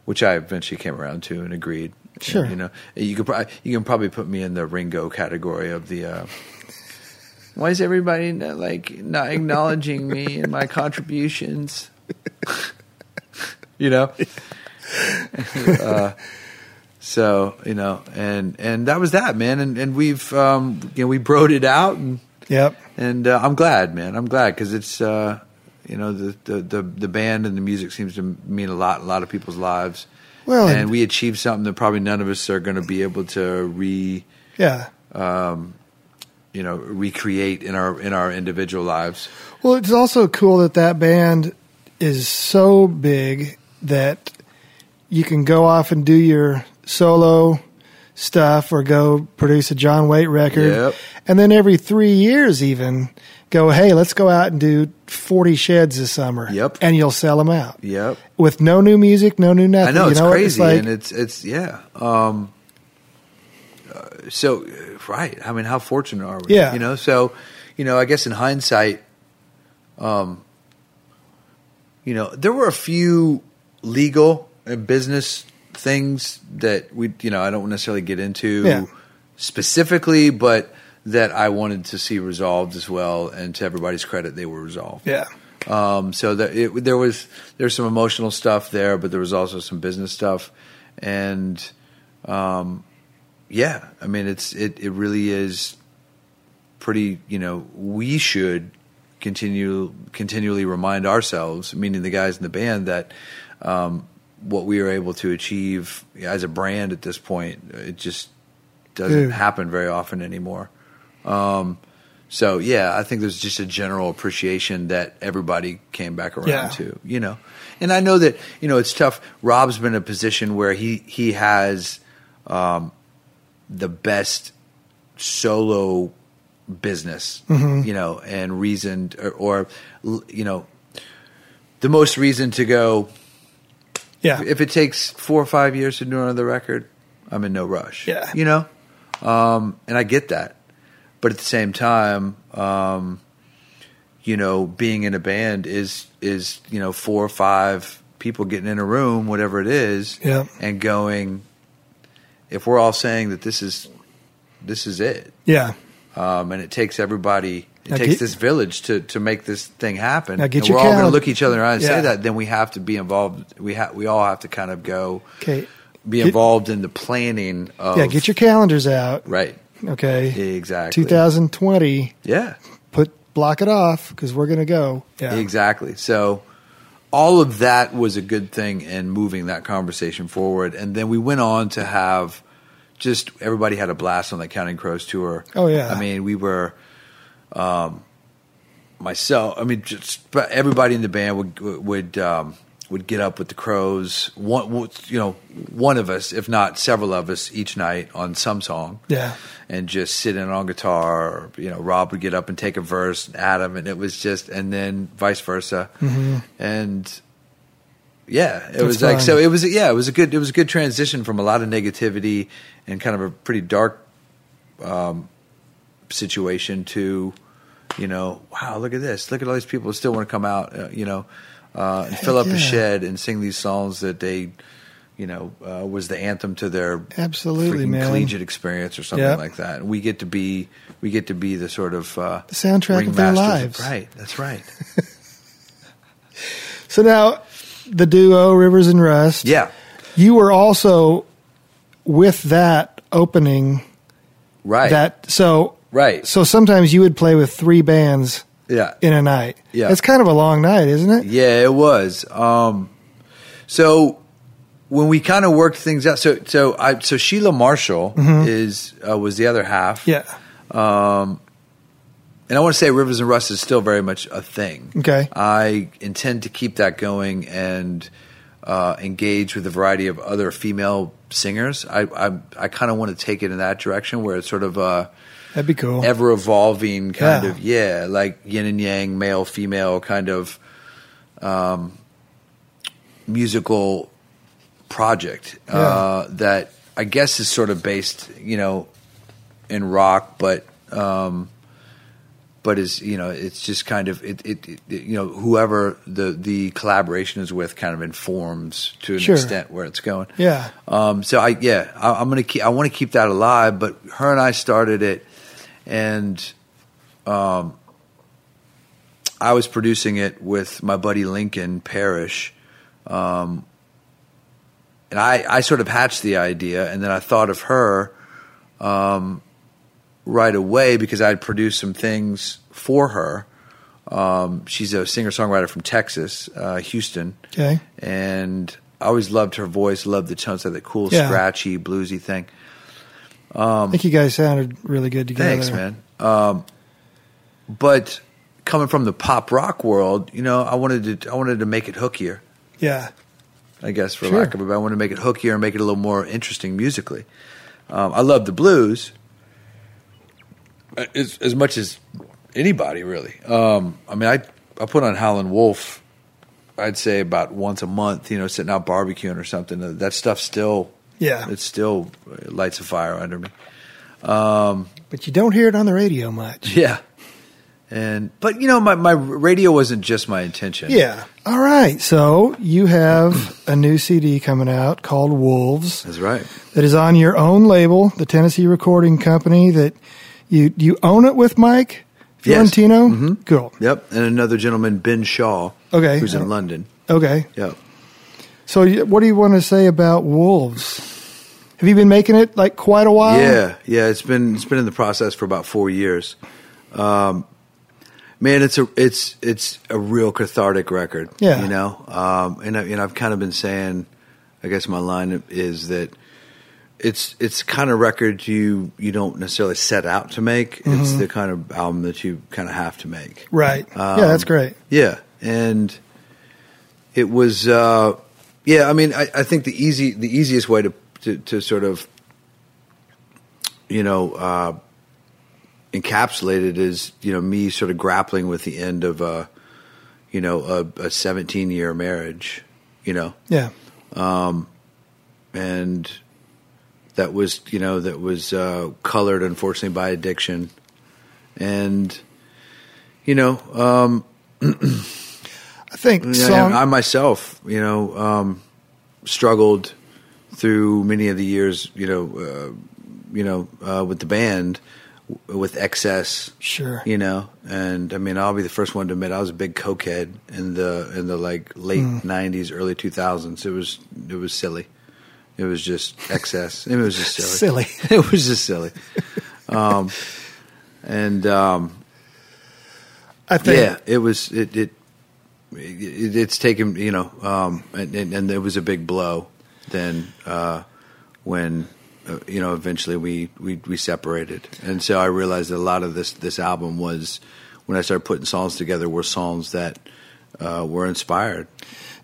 Speaker 2: which I eventually came around to and agreed.
Speaker 1: Sure.
Speaker 2: you know, you could probably you can probably put me in the Ringo category of the. Uh, why is everybody not, like not acknowledging me and my contributions? you know. *laughs* uh, so you know, and and that was that, man. And and we've um, you know we broed it out and
Speaker 1: Yep.
Speaker 2: and uh, I'm glad, man. I'm glad because it's uh, you know the, the the the band and the music seems to mean a lot, in a lot of people's lives.
Speaker 1: Well,
Speaker 2: and,
Speaker 1: Oh, and-
Speaker 2: we achieved something that probably none of us are going to be able to re
Speaker 1: Yeah.
Speaker 2: you know recreate in our in our individual lives.
Speaker 1: Well, it's also cool that that band is so big that you can go off and do your solo stuff or go produce a John Waite record.
Speaker 2: Yep.
Speaker 1: And then every three years, even go, hey, let's go out and do 40 sheds this summer.
Speaker 2: Yep.
Speaker 1: And you'll sell them out
Speaker 2: Yep,
Speaker 1: with no new music, no new nothing.
Speaker 2: I know
Speaker 1: You
Speaker 2: it's
Speaker 1: what?
Speaker 2: crazy,
Speaker 1: like-
Speaker 2: and it's it's yeah. Um, uh, so uh, right, I mean, how fortunate are we?
Speaker 1: Yeah.
Speaker 2: you know. So you know, I guess in hindsight, um, you you know, there were a few legal and business things that we, you know, I don't necessarily get into
Speaker 1: Yeah.
Speaker 2: specifically, but that I wanted to see resolved as well. And to everybody's credit, they were resolved.
Speaker 1: Yeah.
Speaker 2: Um, so that it, there was there's some emotional stuff there, but there was also some business stuff, and um, yeah, I mean it's it it really is pretty. You know, we should continue continually remind ourselves, meaning the guys in the band, that um, what we are able to achieve as a brand at this point, it just doesn't
Speaker 1: Dude.
Speaker 2: happen very often anymore. Um, so yeah, I think there's just a general appreciation that everybody came back around
Speaker 1: Yeah.
Speaker 2: to, you know. And I know that you know it's tough. Rob's been in a position where he he has um, the best solo business, you know, and reason or, or l- you know the most reason to go.
Speaker 1: Yeah.
Speaker 2: If it takes four or five years to do another record, I'm in no rush.
Speaker 1: Yeah.
Speaker 2: you know, um, and I get that, but at the same time, um, you know, being in a band is is you know four or five people getting in a room, whatever it is,
Speaker 1: Yeah.
Speaker 2: and going. If we're all saying that this is this is it,
Speaker 1: yeah.
Speaker 2: um, and it takes everybody. It
Speaker 1: Now
Speaker 2: takes
Speaker 1: get-
Speaker 2: this village to, to make this thing happen.
Speaker 1: Now get
Speaker 2: and
Speaker 1: your
Speaker 2: we're all going to
Speaker 1: calendar.
Speaker 2: look each other in the eye and
Speaker 1: Yeah.
Speaker 2: say that. Then we have to be involved. We ha- we all have to kind of go
Speaker 1: Okay.
Speaker 2: be
Speaker 1: Get-
Speaker 2: involved in the planning of
Speaker 1: Yeah. Get your calendars out.
Speaker 2: right
Speaker 1: Okay.
Speaker 2: exactly
Speaker 1: 2020.
Speaker 2: yeah
Speaker 1: Put block it off because we're gonna go. Yeah.
Speaker 2: exactly. So all of that was a good thing in moving that conversation forward, and then we went on to have just everybody had a blast on that Counting Crows tour.
Speaker 1: Oh, yeah.
Speaker 2: I mean we were. um, myself, I mean, just but everybody in the band would would um, would get up with the crows. One, would- you know, one of us, if not several of us, each night on some song.
Speaker 1: Yeah.
Speaker 2: and just sit in on guitar. Or, you know, Rob would get up and take a verse, and Adam, and it was just, and then vice versa, and. Yeah, it was like
Speaker 1: Mm-hmm. fun.
Speaker 2: so. It was yeah, it was a good it was a good transition from a lot of negativity and kind of a pretty dark um, situation to, you know, wow, look at this. Look at all these people who still want to come out, uh, you know, uh, and fill up
Speaker 1: yeah.
Speaker 2: a shed and sing these songs that they, you know, uh, was the anthem to their
Speaker 1: Absolutely,
Speaker 2: freaking
Speaker 1: man.
Speaker 2: collegiate experience or something
Speaker 1: Yep.
Speaker 2: like that. And we get to be, we get to be the sort of uh,
Speaker 1: The soundtrack of their
Speaker 2: ringmasters
Speaker 1: lives.
Speaker 2: Right. That's right.
Speaker 1: So now, the duo Rivers and Rust.
Speaker 2: Yeah.
Speaker 1: You were also with that opening.
Speaker 2: Right.
Speaker 1: That so.
Speaker 2: right.
Speaker 1: So sometimes you would play with three bands
Speaker 2: yeah.
Speaker 1: in a night.
Speaker 2: Yeah.
Speaker 1: That's kind of a long night, isn't it?
Speaker 2: Yeah, it was. Um, so when we kind of worked things out, so so I so Sheila Marshall is uh, was the other half.
Speaker 1: Mm-hmm. Yeah.
Speaker 2: and I want to say Rivers and Rust is still very much a thing.
Speaker 1: Okay.
Speaker 2: I intend to keep that going and uh, engage with a variety of other female singers. I I, I kind of want to take it in that direction where it's sort of uh, a
Speaker 1: That'd be cool.
Speaker 2: ever evolving kind
Speaker 1: Yeah.
Speaker 2: of yeah, like yin and yang, male female kind of um, musical project uh, that I guess is sort of based, you know, in rock, but um, but is you know it's just kind of it, it, it you know whoever the the collaboration is with kind of informs to an
Speaker 1: Sure.
Speaker 2: extent where it's going.
Speaker 1: Yeah.
Speaker 2: Um, so I yeah I, I'm gonna keep I want to keep that alive, but her and I started it, and um, I was producing it with my buddy Lincoln Parrish, um, and I I sort of hatched the idea, and then I thought of her um, right away because I'd produced some things for her. Um, she's a singer songwriter from Texas, uh, Houston
Speaker 1: Okay.
Speaker 2: and I always loved her voice, loved the tones of that cool,
Speaker 1: Yeah.
Speaker 2: scratchy, bluesy thing.
Speaker 1: I think you guys sounded really good together.
Speaker 2: Um, Thanks, man. Um, but coming from the pop rock world, you know, I wanted to I wanted to make it hookier,
Speaker 1: Yeah.
Speaker 2: I guess, for
Speaker 1: Sure.
Speaker 2: lack of a better. I wanted to make it hookier and make it a little more interesting musically. Um, I love the blues uh, as, as much as anybody, really. Um, I mean, I I put on Howlin' Wolf. I'd say about once a month, you know, sitting out barbecuing or something. That stuff still
Speaker 1: Yeah.
Speaker 2: it still lights a fire under me.
Speaker 1: but you don't hear it on the radio much.
Speaker 2: *laughs* Yeah, And but you know, my, my radio wasn't just my intention.
Speaker 1: Yeah. All right. So you have a new CD coming out called Wolves
Speaker 2: that's right.
Speaker 1: that is on your own label, the Tennessee Recording Company. That you you own it with Mike
Speaker 2: Yes.
Speaker 1: Fiorentino. Cool.
Speaker 2: Yep. And another gentleman, Ben Shaw.
Speaker 1: Okay.
Speaker 2: Who's
Speaker 1: Uh,
Speaker 2: in London.
Speaker 1: Okay.
Speaker 2: Yep.
Speaker 1: So you- what do you want to say about Wolves? Have you been making it like quite a while?
Speaker 2: Yeah, yeah. It's been it's been in the process for about four years. Um, man, it's a it's it's a real cathartic record.
Speaker 1: Yeah.
Speaker 2: you know. Um, and I, and I've kind of been saying, I guess my line is that it's it's the kind of record you you don't necessarily set out to make. It's
Speaker 1: Mm-hmm.
Speaker 2: the kind of album that you kind of have to make.
Speaker 1: Right.
Speaker 2: Um,
Speaker 1: yeah, that's great.
Speaker 2: Yeah, and it was uh, yeah. I mean, I, I think the easy the easiest way to to, to sort of you know uh, encapsulate it is you know me sort of grappling with the end of a you know a, a seventeen year marriage, you know,
Speaker 1: Yeah.
Speaker 2: and that was you know that was uh, colored unfortunately by addiction and you know um
Speaker 1: I think
Speaker 2: Yeah,
Speaker 1: song.
Speaker 2: I, I myself, you know, um, struggled through many of the years, you know, uh, you know, uh, with the band, w- with excess,
Speaker 1: sure.
Speaker 2: you know, and I mean, I'll be the first one to admit I was a big cokehead in the in the like late '90s, early 2000s. It was it was silly. It was just excess. it was just silly. Silly. *laughs* it was just silly. Um, and um,
Speaker 1: I think.
Speaker 2: yeah, it was it it, it it's taken you know um and, and and it was a big blow then uh when uh, you know eventually we we we separated and so I realized that a lot of this this album was when I started putting songs together were songs that uh, were inspired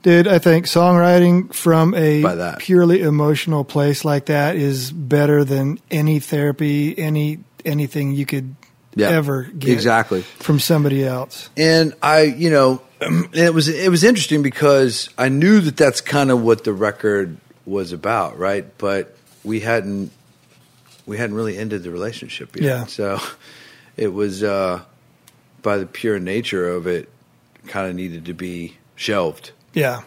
Speaker 1: Dude, I think songwriting from
Speaker 2: By
Speaker 1: a
Speaker 2: that.
Speaker 1: purely emotional place like that is better than any therapy, any anything you could
Speaker 2: Yeah,
Speaker 1: ever get
Speaker 2: exactly.
Speaker 1: from somebody else.
Speaker 2: and I, you know, *clears throat* it was it was interesting because I knew that that's kind of what the record was about, right? But we hadn't we hadn't really ended the relationship yet,
Speaker 1: Yeah.
Speaker 2: so *laughs* it was uh, by the pure nature of it, kind of needed to be shelved,
Speaker 1: Yeah.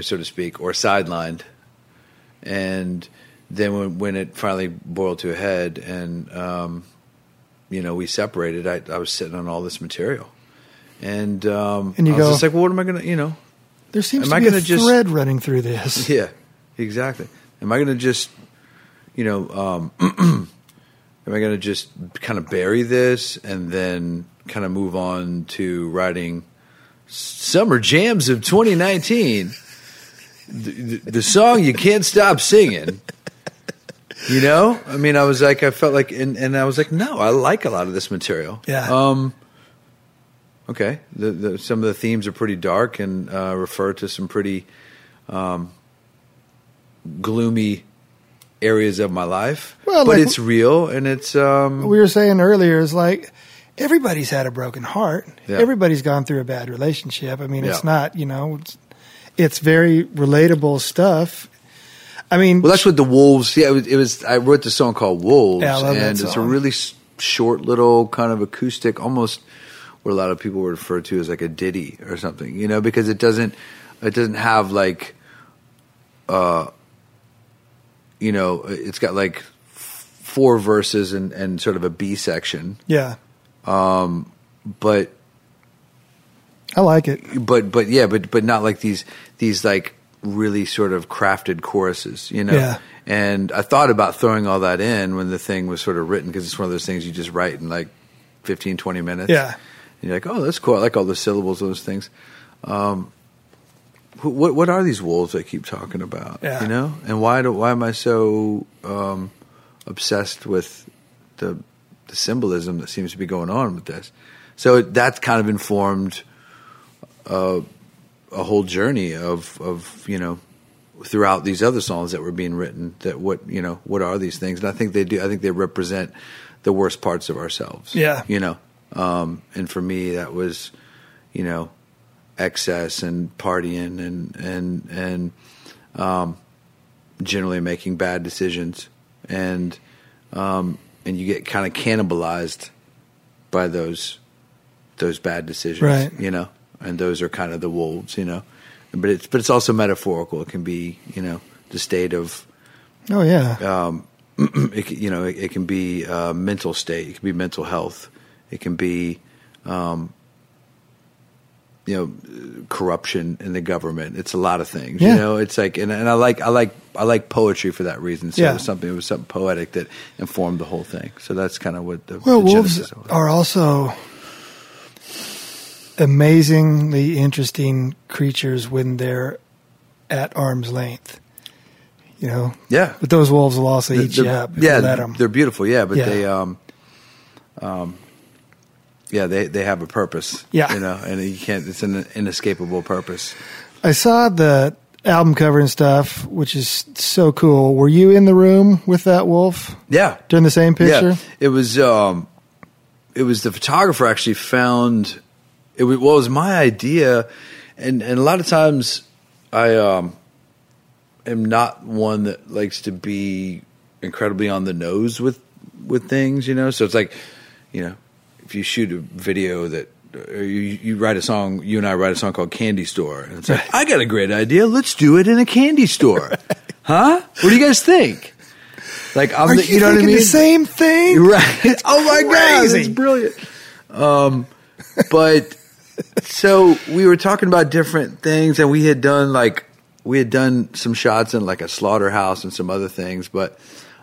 Speaker 2: so to speak, or sidelined, and then when, when it finally boiled to a head and um, you know we separated, I, I was sitting on all this material, and um,
Speaker 1: And you
Speaker 2: I was
Speaker 1: go-
Speaker 2: just like, well, what am I gonna, you know,
Speaker 1: There seems
Speaker 2: Am
Speaker 1: to
Speaker 2: I
Speaker 1: be a
Speaker 2: gonna just-
Speaker 1: thread running through this.
Speaker 2: *laughs* yeah, exactly. Am I gonna just, you know, um, *clears throat* am I gonna just kind of bury this and then kind of move on to writing summer jams of 2019? the, the- the song you can't stop singing. You know, I mean, I was like, I felt like, and, and I was like, no, I like a lot of this material.
Speaker 1: Yeah.
Speaker 2: Um. Okay. The, the some of the themes are pretty dark and uh, refer to some pretty um, gloomy areas of my life.
Speaker 1: Well,
Speaker 2: but
Speaker 1: like-
Speaker 2: it's real and it's um.
Speaker 1: We were saying earlier is like everybody's had a broken heart.
Speaker 2: Yeah.
Speaker 1: Everybody's gone through a bad relationship. I mean, it's
Speaker 2: Yeah.
Speaker 1: not, you know, it's, it's very relatable stuff. I mean,
Speaker 2: Well, that's what the wolves. Yeah, it was. It was I wrote the song called Wolves,
Speaker 1: Yeah, I love
Speaker 2: and
Speaker 1: that
Speaker 2: it's a
Speaker 1: song.
Speaker 2: really s- short, little kind of acoustic, almost what a lot of people would refer to as like a ditty or something. You know, because it doesn't, it doesn't have like, uh, you know, it's got like f- four verses and and sort of a B section,
Speaker 1: yeah,
Speaker 2: but
Speaker 1: I like it.
Speaker 2: but but yeah, but but not like these these like really sort of crafted choruses, you know.
Speaker 1: Yeah.
Speaker 2: And I thought about throwing all that in when the thing was sort of written because it's one of those things you just write in like 15, 20 minutes.
Speaker 1: Yeah.
Speaker 2: And you're like, oh, that's cool. I like all the syllables, those things. Um, wh- what what are these wolves I keep talking about?
Speaker 1: Yeah.
Speaker 2: You know, and why do why am I so um, obsessed with the the symbolism that seems to be going on with this? So it, that's kind of informed uh, a whole journey of of you know throughout these other songs that were being written that what you know what are these things and I think they do I think they represent the worst parts of ourselves
Speaker 1: Yeah.
Speaker 2: you know um and for me that was you know excess and partying and and and um generally making bad decisions and um and you get kind of cannibalized by those those bad decisions,
Speaker 1: Right.
Speaker 2: you know, and those are kind of the wolves, you know. But it's but it's also metaphorical. It can be you know the state of
Speaker 1: Oh yeah.
Speaker 2: um, *clears throat* it, c- you know, it, it can be uh, mental state, it can be mental health, it can be, um, you know, corruption in the government. It's a lot of things.
Speaker 1: Yeah.
Speaker 2: You know, it's like, and, and I like, I like, I like poetry for that reason. So
Speaker 1: Yeah.
Speaker 2: it was something, it was something poetic that informed the whole thing. So that's kind of what the,
Speaker 1: Well,
Speaker 2: the
Speaker 1: wolves
Speaker 2: genesis of it.
Speaker 1: are also amazingly interesting creatures when they're at arm's length. You know,
Speaker 2: yeah.
Speaker 1: but those wolves will also eat
Speaker 2: They're-
Speaker 1: you up if
Speaker 2: yeah,
Speaker 1: you let them.
Speaker 2: they're beautiful. Yeah, but
Speaker 1: Yeah.
Speaker 2: they, um, um, yeah, they they have a purpose.
Speaker 1: Yeah.
Speaker 2: you know, and you can't. It's an inescapable purpose.
Speaker 1: I saw the album cover and stuff, which is so cool. Were you in the room with that wolf
Speaker 2: Yeah,
Speaker 1: during the same picture?
Speaker 2: Yeah, it was. Um, it was the photographer actually found. It was, well, it was my idea, and and a lot of times I um, am not one that likes to be incredibly on the nose with with things, you know. So it's like, you know, if you shoot a video that. Or you, you write a song. You and I write a song called Candy Store, and it's like I got a great idea. Let's do it in a candy
Speaker 1: *laughs*
Speaker 2: store, huh? What do you guys think? Like, I'm
Speaker 1: Are
Speaker 2: the,
Speaker 1: you,
Speaker 2: you, know what I
Speaker 1: thinking
Speaker 2: mean?
Speaker 1: the same thing?
Speaker 2: Right. oh my god,
Speaker 1: crazy.
Speaker 2: it's brilliant. Um, but so we were talking about different things, and we had done like we had done some shots in like a slaughterhouse and some other things, but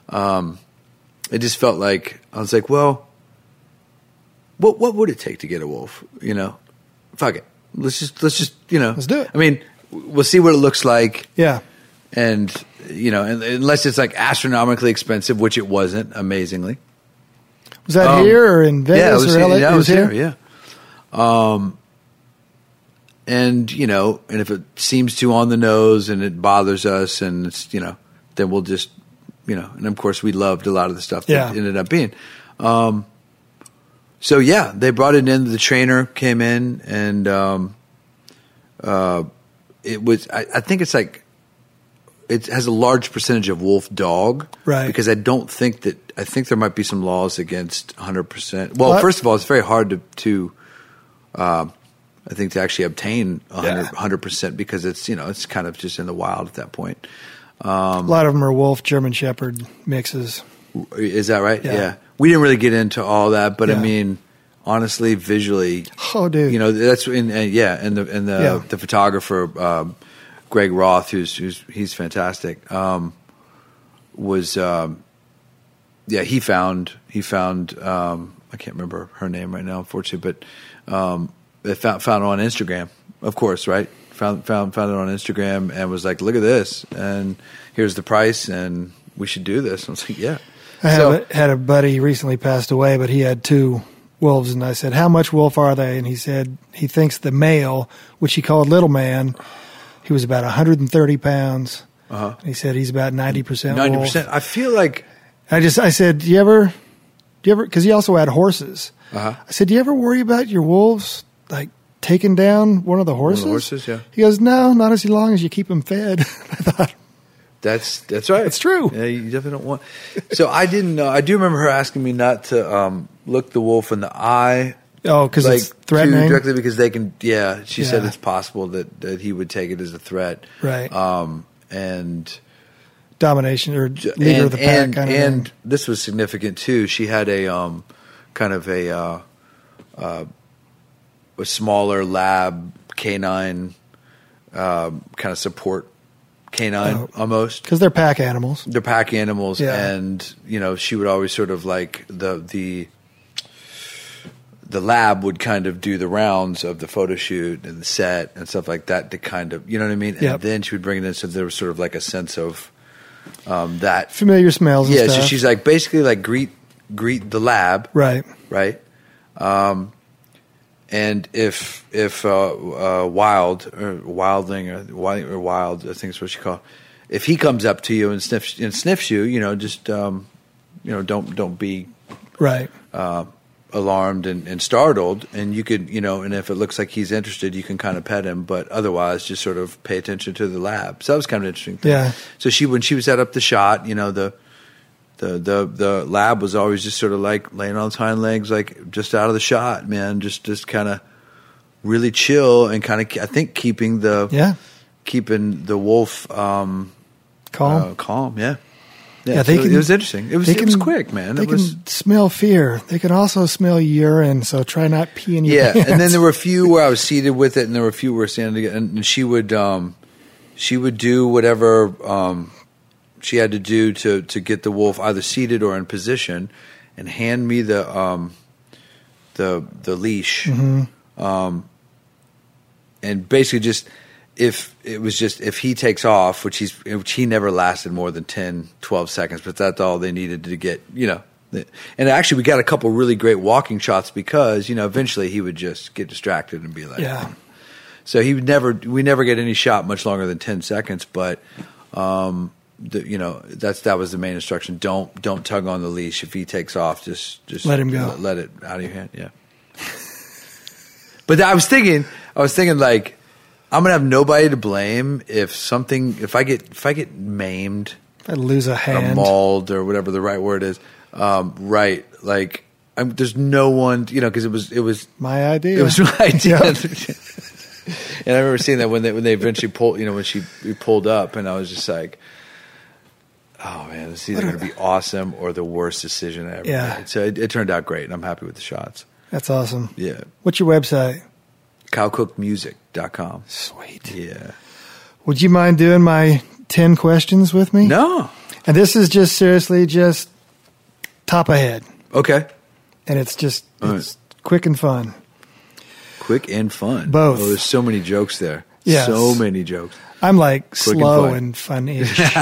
Speaker 2: um, it just felt like I was like, well, what what would it take to get a wolf? You know, fuck it. Let's just let's just you know
Speaker 1: Let's do it.
Speaker 2: I mean, we'll see what it looks like
Speaker 1: Yeah.
Speaker 2: and you know, and, unless it's like astronomically expensive, which it wasn't, amazingly.
Speaker 1: Was that
Speaker 2: Um,
Speaker 1: here or in Vegas
Speaker 2: yeah, it was,
Speaker 1: or LA?
Speaker 2: yeah,
Speaker 1: It
Speaker 2: it was here. Yeah. Um, and you know, and if it seems too on the nose and it bothers us, and it's you know, then we'll just you know, and of course we loved a lot of the stuff that
Speaker 1: Yeah.
Speaker 2: it ended up being. Um, so yeah, they brought it in. The trainer came in, and um, uh, it was. I, I think it's like it has a large percentage of wolf dog,
Speaker 1: Right.
Speaker 2: Because I don't think that I think there might be some laws against 100. percent Well,
Speaker 1: What?
Speaker 2: first of all, it's very hard to to uh, I think to actually obtain 100 percent because it's you know it's kind of just in the wild at that point.
Speaker 1: A lot of them are wolf German Shepherd mixes.
Speaker 2: Is that right?
Speaker 1: Yeah.
Speaker 2: We didn't really get into all that, but
Speaker 1: Yeah.
Speaker 2: I mean, honestly, visually,
Speaker 1: Oh, dude.
Speaker 2: you know that's in and yeah and the and the
Speaker 1: Yeah.
Speaker 2: the photographer um, Greg Roth who's who's he's fantastic um, was um, yeah he found he found um, I can't remember her name right now unfortunately but um, they found found her on Instagram of course right found found found it on Instagram and was like look at this and here's the price and we should do this I was like yeah
Speaker 1: I have
Speaker 2: So-
Speaker 1: a, had a buddy recently passed away, but he had two wolves, and I said, "How much wolf are they?" And he said he thinks the male, which he called Little Man, he was about 130 pounds.
Speaker 2: Uh-huh.
Speaker 1: He said he's about 90 percent.
Speaker 2: 90% I feel like
Speaker 1: I just I said, "Do you ever, do you ever?" Because he also had horses.
Speaker 2: Uh-huh.
Speaker 1: I said, "Do you ever worry about your wolves like taking down one of the
Speaker 2: of
Speaker 1: horses?"
Speaker 2: the horses, yeah.
Speaker 1: He goes, "No, not as long as you keep them fed." *laughs* I thought,
Speaker 2: That's that's right.
Speaker 1: That's true.
Speaker 2: Yeah, you definitely don't want. So I didn't know. I do remember her asking me not to um, look the wolf in the eye,
Speaker 1: "Oh, because
Speaker 2: like
Speaker 1: it's threatening."
Speaker 2: too directly because they can. Yeah, she said
Speaker 1: Yeah.
Speaker 2: it's possible that that he would take it as a threat.
Speaker 1: Right.
Speaker 2: Um, and
Speaker 1: Domination or leader
Speaker 2: and,
Speaker 1: of the pack
Speaker 2: and,
Speaker 1: kind of thing.
Speaker 2: and this was significant too. She had a um, kind of a uh, uh, a smaller lab canine um, kind of support canine
Speaker 1: Oh.
Speaker 2: almost.
Speaker 1: because they're pack animals.
Speaker 2: they're pack animals,
Speaker 1: Yeah.
Speaker 2: and you know she would always sort of like the the the lab would kind of do the rounds of the photo shoot and the set and stuff like that to kind of you know what I mean, and
Speaker 1: Yep.
Speaker 2: then she would bring it in so there was sort of like a sense of um, that
Speaker 1: Familiar smells. And
Speaker 2: yeah. So
Speaker 1: stuff.
Speaker 2: she's like basically like greet greet the lab
Speaker 1: right.
Speaker 2: right? Um, and if if uh, uh, wild or wilding or wild, or wild, I think is what you call. It, if he comes up to you and sniffs and sniffs you, you know, just um, you know, don't don't be
Speaker 1: Right.
Speaker 2: uh, alarmed and, and startled. And you could, you know, and if it looks like he's interested, you can kind of pet him, but otherwise, just sort of pay attention to the lab. So that was kind of an interesting. Thing.
Speaker 1: Yeah.
Speaker 2: So she when she was set up the shot, you know the the the the lab was always just sort of like laying on its hind legs, like just out of the shot, man. Just just kind of really chill and kind of I think keeping the
Speaker 1: Yeah.
Speaker 2: keeping the wolf um,
Speaker 1: Calm.
Speaker 2: uh, calm. Yeah, yeah.
Speaker 1: Yeah, they
Speaker 2: so
Speaker 1: can-
Speaker 2: it was interesting. It was
Speaker 1: they
Speaker 2: it was
Speaker 1: can-
Speaker 2: quick, man.
Speaker 1: They
Speaker 2: It
Speaker 1: can
Speaker 2: was
Speaker 1: smell fear. They can also smell urine, so try not peeing your *laughs*
Speaker 2: yeah.
Speaker 1: pants.
Speaker 2: And then there were a few where I was seated with it, and there were a few where I was standing. together. And, and she would um, she would do whatever um, she had to do to to get the wolf either seated or in position, and hand me the um, the the leash.
Speaker 1: Mm-hmm.
Speaker 2: Um, and basically just if it was just if he takes off which he's which he never lasted more than 10 12 seconds but that's all they needed to get you know the- and actually we got a couple really great walking shots because you know eventually he would just get distracted and be like
Speaker 1: Yeah.
Speaker 2: so he would never we never get any shot much longer than 10 seconds but um the, you know that's that was the main instruction don't don't tug on the leash if he takes off just just
Speaker 1: Let him go.
Speaker 2: let, let it out of your hand yeah *laughs* but I was thinking, I was thinking like, I'm gonna have nobody to blame if something, if I get, if I get maimed
Speaker 1: If I lose a
Speaker 2: or
Speaker 1: hand.
Speaker 2: mauled or whatever the right word is, um, right? Like, I'm, there's no one, you know, because it was, it was,
Speaker 1: My idea.
Speaker 2: it was *laughs* my idea.
Speaker 1: Yeah.
Speaker 2: and I remember seeing that when they when they eventually pulled, you know, when she we pulled up, and I was just like. Oh man, this is either
Speaker 1: *laughs*
Speaker 2: going to be awesome or the worst decision I ever
Speaker 1: Yeah.
Speaker 2: made. So it, it turned out great, and I'm happy with the shots.
Speaker 1: That's awesome.
Speaker 2: Yeah,
Speaker 1: What's your website?
Speaker 2: cowcookmusic.com.
Speaker 1: Sweet.
Speaker 2: Yeah.
Speaker 1: Would you mind doing my 10 questions with me?
Speaker 2: No.
Speaker 1: And this is just seriously just top ahead.
Speaker 2: Okay.
Speaker 1: And it's just
Speaker 2: All right.
Speaker 1: it's quick and fun.
Speaker 2: Quick and fun.
Speaker 1: Both.
Speaker 2: Oh, there's so many jokes there.
Speaker 1: Yes.
Speaker 2: So many jokes.
Speaker 1: I'm like
Speaker 2: and
Speaker 1: slow
Speaker 2: fun.
Speaker 1: and fun
Speaker 2: *laughs*
Speaker 1: ish.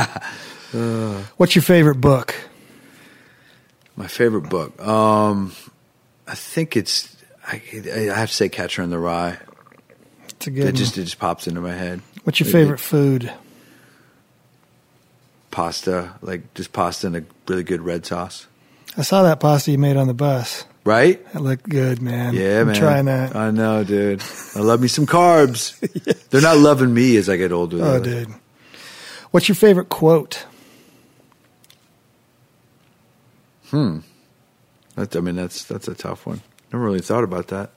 Speaker 1: What's your favorite book?
Speaker 2: My favorite book. Um, I think it's. I, I have to say Catcher in the Rye.
Speaker 1: It's a
Speaker 2: It
Speaker 1: good
Speaker 2: just it just pops into my head.
Speaker 1: one. What's your
Speaker 2: it-
Speaker 1: favorite food?
Speaker 2: Pasta, like just pasta and a really good red sauce.
Speaker 1: I saw that pasta you made on the bus.
Speaker 2: Right?
Speaker 1: That looked good, man.
Speaker 2: Yeah,
Speaker 1: I'm
Speaker 2: man.
Speaker 1: Trying that.
Speaker 2: I know, dude. I love me
Speaker 1: *laughs*
Speaker 2: some carbs. They're not loving me as I get older.
Speaker 1: oh,
Speaker 2: though.
Speaker 1: dude. What's your favorite quote?
Speaker 2: That's, I mean, that's that's a tough one. Never really thought about that.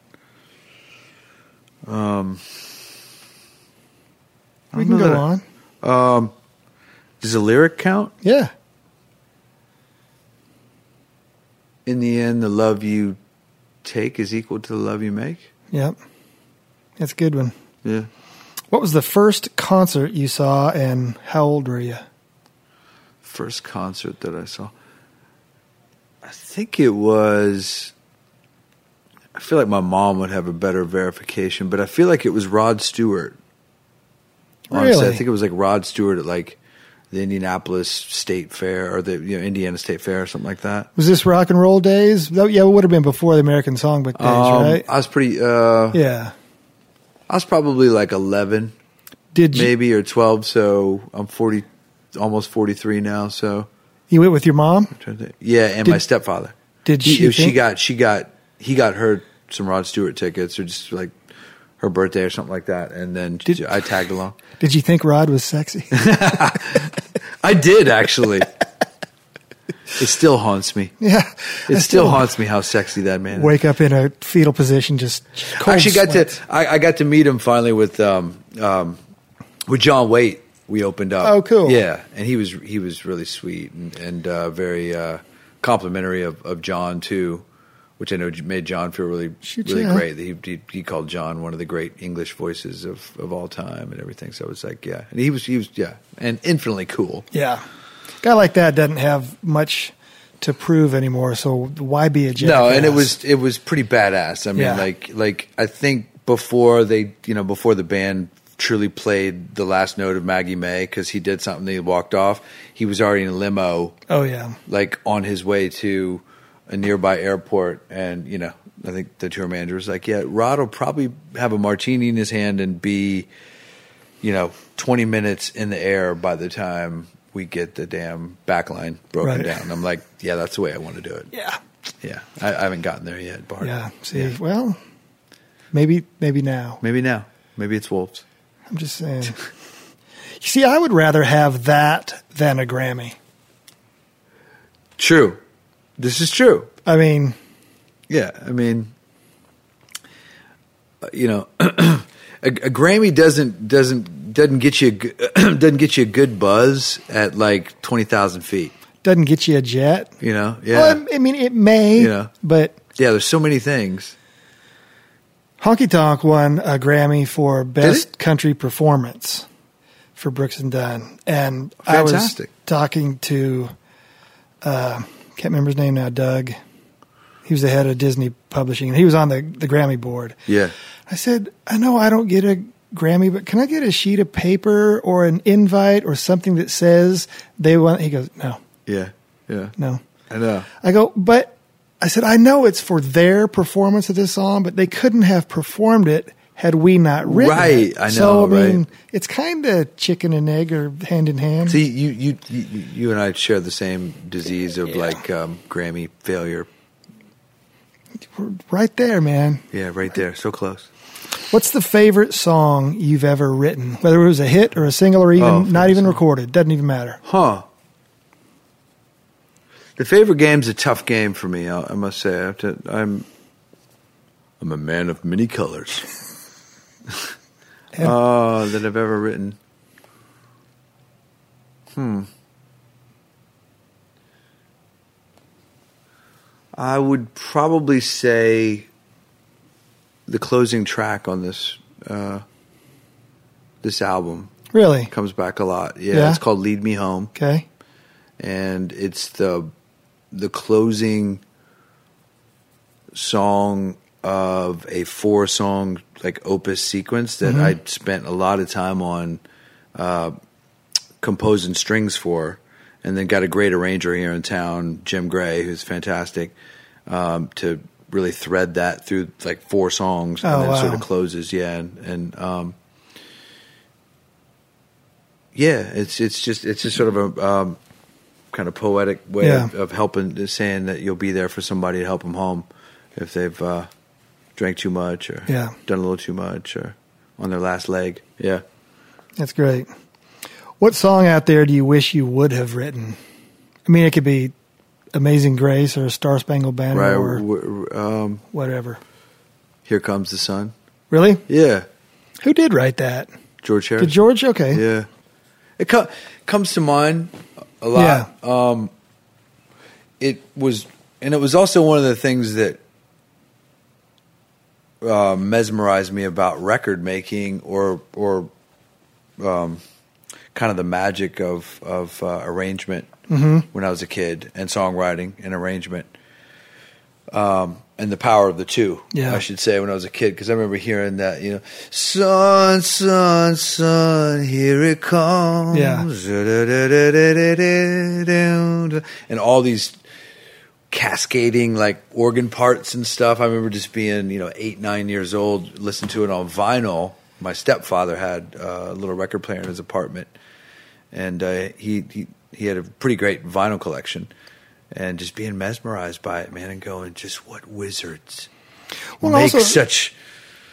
Speaker 1: We can
Speaker 2: don't know
Speaker 1: go
Speaker 2: that I-
Speaker 1: on.
Speaker 2: Does the lyric count?
Speaker 1: Yeah.
Speaker 2: In the end, the love you take is equal to the love you make.
Speaker 1: Yep. That's a good one.
Speaker 2: Yeah.
Speaker 1: What was the first concert you saw and how old were you?
Speaker 2: First concert that I saw. I think it was. I feel like my mom would have a better verification, but I feel like it was Rod Stewart.
Speaker 1: Really?
Speaker 2: I think it was like Rod Stewart at like the Indianapolis State Fair or the you know, Indiana State Fair or something like that.
Speaker 1: Was this rock and roll days? That- yeah, it would have been before the American Songbook days,
Speaker 2: Um,
Speaker 1: right?
Speaker 2: I was pretty. Uh,
Speaker 1: Yeah.
Speaker 2: I was probably like eleven.
Speaker 1: Did you,
Speaker 2: maybe or 12 so i'm 40 almost 43 now so
Speaker 1: you went with your mom?
Speaker 2: yeah and my
Speaker 1: Did-
Speaker 2: stepfather
Speaker 1: Did
Speaker 2: He-
Speaker 1: she?
Speaker 2: if she
Speaker 1: think-
Speaker 2: got she got he got her some rod stewart tickets or just like her birthday or something like that and then
Speaker 1: Did-
Speaker 2: i tagged along
Speaker 1: Did you think Rod was sexy?
Speaker 2: *laughs* i did *laughs* actually it still haunts me
Speaker 1: yeah.
Speaker 2: it
Speaker 1: I
Speaker 2: still, haunts me how sexy that man is.
Speaker 1: Wake up in a fetal position, just cold
Speaker 2: actually got
Speaker 1: sweat.
Speaker 2: to I, I got to meet him finally with um, um, with John Waite. We opened up.
Speaker 1: Oh, cool.
Speaker 2: Yeah, and he was he was really sweet and, and uh, very uh, complimentary of, of John too, which I know made John feel really
Speaker 1: Shoot,
Speaker 2: really
Speaker 1: yeah.
Speaker 2: great. He, he he called John one of the great English voices of, of all time and everything. So it was like yeah, and he was he was yeah, and infinitely cool.
Speaker 1: Yeah. Guy like that doesn't have much to prove anymore, so why be a jackass?
Speaker 2: No, and it was it was pretty badass. I mean,
Speaker 1: Yeah.
Speaker 2: like like I think before they you know before the band truly played the last note of Maggie May because he did something they walked off. He was already in a limo,
Speaker 1: Oh, yeah.
Speaker 2: like on his way to a nearby airport, and you know I think the tour manager was like, "Yeah, Rod will probably have a martini in his hand and be, you know, twenty minutes in the air by the time." We get the damn back line broken
Speaker 1: Right.
Speaker 2: down. I'm like, yeah, that's the way I want to do it.
Speaker 1: Yeah.
Speaker 2: Yeah, I, I haven't gotten there yet, Bart.
Speaker 1: Yeah. See, well, maybe maybe now.
Speaker 2: Maybe now. Maybe it's wolves.
Speaker 1: I'm just saying. *laughs* you see, I would rather have that than a Grammy.
Speaker 2: True. This is true.
Speaker 1: I mean,
Speaker 2: Yeah, I mean, uh, you know, *clears throat* a, a Grammy doesn't doesn't doesn't get you a, g- *clears throat* doesn't get you a good buzz at like twenty thousand feet.
Speaker 1: doesn't get you a jet.
Speaker 2: You know, yeah,
Speaker 1: Well, I- I mean, it may,
Speaker 2: Yeah.
Speaker 1: but
Speaker 2: yeah. There's so many things.
Speaker 1: Honky Tonk won a Grammy for
Speaker 2: it?
Speaker 1: Best Country Performance for Brooks and Dunn. And I was
Speaker 2: Fantastic.
Speaker 1: talking to, uh, can't remember his name now, Doug. He was the head of Disney Publishing, and he was on the, the Grammy board.
Speaker 2: Yeah,
Speaker 1: I said, I know I don't get a Grammy, but can I get a sheet of paper or an invite or something that says they want? He goes, No,
Speaker 2: yeah, yeah.
Speaker 1: no.
Speaker 2: I know.
Speaker 1: I go, but I said, I know it's for their performance of this song, but they couldn't have performed it had we not written
Speaker 2: Right,
Speaker 1: it.
Speaker 2: I
Speaker 1: So, I
Speaker 2: know,
Speaker 1: mean,
Speaker 2: right.
Speaker 1: it's kind of chicken and egg or hand in hand.
Speaker 2: See, you you you, you and I share the same disease of like um, Grammy failure.
Speaker 1: We're right there, man.
Speaker 2: Yeah, right there, so close.
Speaker 1: What's the favorite song you've ever written? Whether it was a hit or a single or even
Speaker 2: Oh,
Speaker 1: not
Speaker 2: favorite
Speaker 1: even
Speaker 2: song.
Speaker 1: recorded, doesn't even matter.
Speaker 2: Huh. The favorite game's a tough game for me. I, I must say, I have to, I'm I'm a man of many *laughs* colors.
Speaker 1: Yeah.
Speaker 2: Oh, that I've ever written. Hmm. I would probably say the closing track on this uh, this album
Speaker 1: Really?
Speaker 2: comes back a lot. Yeah,
Speaker 1: Yeah?
Speaker 2: it's called "Lead Me Home,"
Speaker 1: Okay.
Speaker 2: and it's the the closing song of a four song like opus sequence
Speaker 1: Mm-hmm.
Speaker 2: that I spent a lot of time on uh, composing strings for, and then got a great arranger here in town, Jim Gray, who's fantastic, um, to really thread that through like four songs
Speaker 1: Oh,
Speaker 2: and then sort
Speaker 1: wow.
Speaker 2: of closes. Yeah, and, and um, yeah, it's it's just it's just sort of a um, kind of poetic way
Speaker 1: Yeah.
Speaker 2: of, of helping, saying that you'll be there for somebody to help them home if they've uh, drank too much or
Speaker 1: Yeah.
Speaker 2: done a little too much or on their last leg. Yeah.
Speaker 1: That's great. What song out there do you wish you would have written? I mean, it could be Amazing Grace or Star Spangled Banner
Speaker 2: Right.
Speaker 1: or
Speaker 2: w- w- Um,
Speaker 1: whatever.
Speaker 2: here comes the sun.
Speaker 1: Really?
Speaker 2: Yeah.
Speaker 1: Who did write that?
Speaker 2: George Harrison.
Speaker 1: Did George? Okay.
Speaker 2: Yeah, it co- comes to mind a lot. Um, it was, and it was also one of the things that uh, mesmerized me about record making, or or um, kind of the magic of of uh, arrangement
Speaker 1: Mm-hmm.
Speaker 2: when I was a kid, and songwriting and arrangement. Um, and the power of the two,
Speaker 1: Yeah.
Speaker 2: I should say, when I was a kid, because I remember hearing that, you know, sun, sun, sun, here it comes,
Speaker 1: Yeah.
Speaker 2: *laughs* and all these cascading like organ parts and stuff. I remember just being, you know, eight, nine years old, listening to it on vinyl. My stepfather had uh, a little record player in his apartment, and uh, he, he he had a pretty great vinyl collection, and just being mesmerized by it, man, and going, just what wizards
Speaker 1: Well,
Speaker 2: make
Speaker 1: also- um,
Speaker 2: such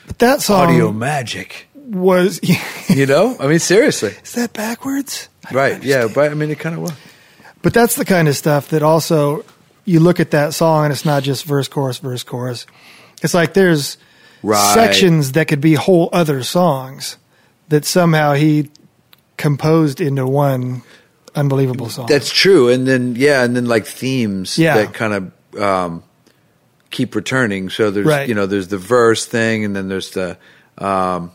Speaker 1: But that song
Speaker 2: audio magic?
Speaker 1: was. *laughs* is
Speaker 2: You know, I
Speaker 1: *laughs*
Speaker 2: mean, seriously,
Speaker 1: that backwards? I don't
Speaker 2: right? Yeah,
Speaker 1: understand.
Speaker 2: but I mean, it kind of was.
Speaker 1: But that's the kind of stuff that also you look at that song and it's not just verse, chorus, verse, chorus. It's like there's
Speaker 2: Right.
Speaker 1: sections that could be whole other songs that somehow he composed into one unbelievable song.
Speaker 2: That's true. And then yeah, and then like themes
Speaker 1: Yeah.
Speaker 2: that kind of um, keep returning. So there's
Speaker 1: Right.
Speaker 2: you know there's the verse thing, and then there's the um,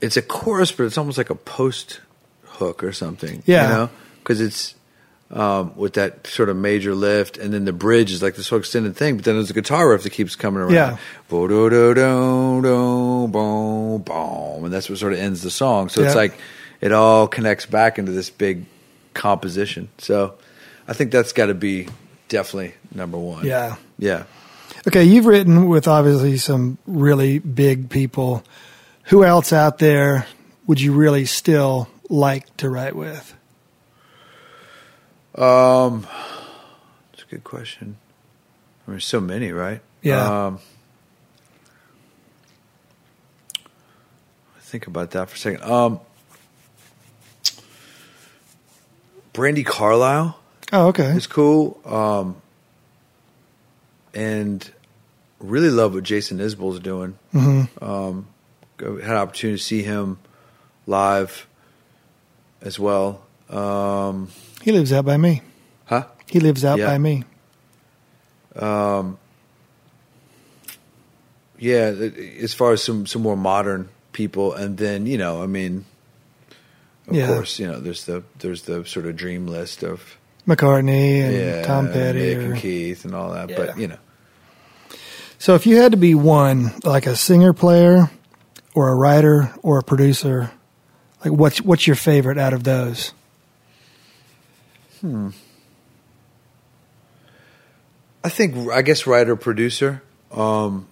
Speaker 2: it's a chorus, but it's almost like a post hook or something.
Speaker 1: Yeah.
Speaker 2: you know, because it's. Um, with that sort of major lift, and then the bridge is like this whole extended thing, but then there's a guitar riff that keeps coming around.
Speaker 1: Yeah.
Speaker 2: Bo-do-do-do-do, boom, boom. And that's what sort of ends the song. So
Speaker 1: Yeah.
Speaker 2: it's like it all connects back into this big composition. So I think that's got to be definitely number one.
Speaker 1: yeah.
Speaker 2: Yeah.
Speaker 1: Okay, you've written with obviously some really big people. Who else out there would you really still like to write with?
Speaker 2: Um, that's a good question. I mean, so many, right?
Speaker 1: Yeah.
Speaker 2: Um, think about that for a second. Um, Brandy Carlisle.
Speaker 1: Oh, okay.
Speaker 2: It's cool. Um, and really love what Jason Isbell's doing.
Speaker 1: hmm
Speaker 2: Um, had an opportunity to see him live as well. Um,
Speaker 1: He lives out by me.
Speaker 2: huh?
Speaker 1: He lives out
Speaker 2: Yeah.
Speaker 1: by me.
Speaker 2: Yeah, as far as some, some more modern people, and then you know, I mean, of
Speaker 1: Yeah.
Speaker 2: course, you know, there's the there's the sort of dream list of
Speaker 1: McCartney and
Speaker 2: yeah,
Speaker 1: Tom Petty.
Speaker 2: Mick
Speaker 1: or-
Speaker 2: and Keith, and all that.
Speaker 1: Yeah.
Speaker 2: But you know,
Speaker 1: So if you had to be one, like a singer player or a writer or a producer, like what's what's your favorite out of those?
Speaker 2: I think I guess writer producer. Um,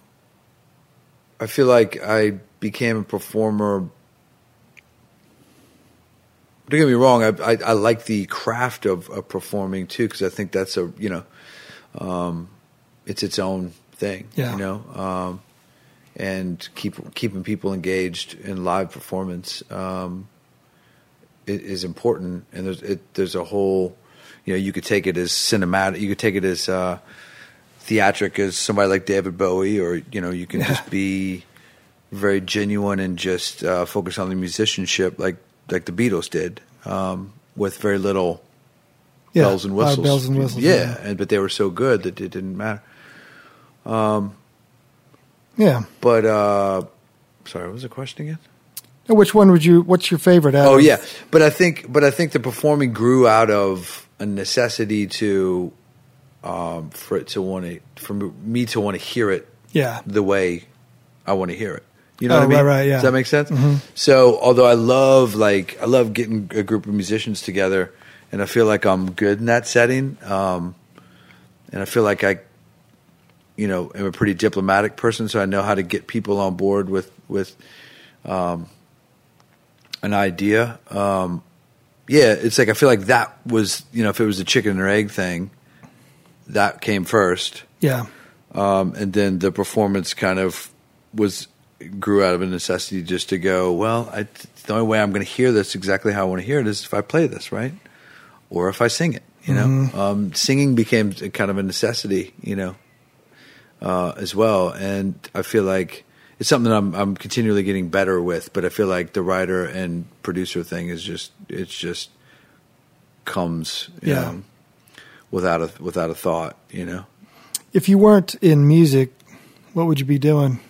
Speaker 2: I feel like I became a performer. Don't get me wrong. I I, I like the craft of, of performing too because I think that's a you know, um, it's its own thing.
Speaker 1: Yeah.
Speaker 2: You know, um, and keep keeping people engaged in live performance. Um, i- is important, and there's it, there's a whole, you know, you could take it as cinematic, you could take it as uh, theatric as somebody like David Bowie, or you know, you can just be very genuine and just uh, focus on the musicianship, like like the Beatles did, um, with very little
Speaker 1: Yeah,
Speaker 2: bells and
Speaker 1: a lot of
Speaker 2: whistles.
Speaker 1: Bells and whistles.
Speaker 2: yeah, And, but they were so good that it didn't matter.
Speaker 1: Yeah.
Speaker 2: But uh, sorry, what was the question again?
Speaker 1: And Which one would you? What's your favorite? Out
Speaker 2: Oh
Speaker 1: of,
Speaker 2: yeah, but I think but I think the performing grew out of a necessity to um, for it to want to for me to want to hear it
Speaker 1: yeah,
Speaker 2: the way I want to hear it. You know
Speaker 1: Oh,
Speaker 2: what I mean?
Speaker 1: right, right, yeah. Mm-hmm.
Speaker 2: Does that make sense? So although I love like I love getting a group of musicians together, and I feel like I'm good in that setting, um, and I feel like I, you know, am a pretty diplomatic person, so I know how to get people on board with with um, an idea. Um, yeah, it's like I feel like that was you know if it was a chicken or egg thing, that came first,
Speaker 1: yeah,
Speaker 2: um, and then the performance kind of was grew out of a necessity just to go. Well, I, the only way I'm going to hear this exactly how I want to hear it is if I play this right, or if I sing it. You know, um, singing became a kind of a necessity. You know, uh, as well, and I feel like it's something that I'm I'm continually getting better with. But I feel like the writer and producer thing is just it's just comes you
Speaker 1: Yeah.
Speaker 2: know, without a without a thought. You know.
Speaker 1: If you weren't in music, what would you be doing?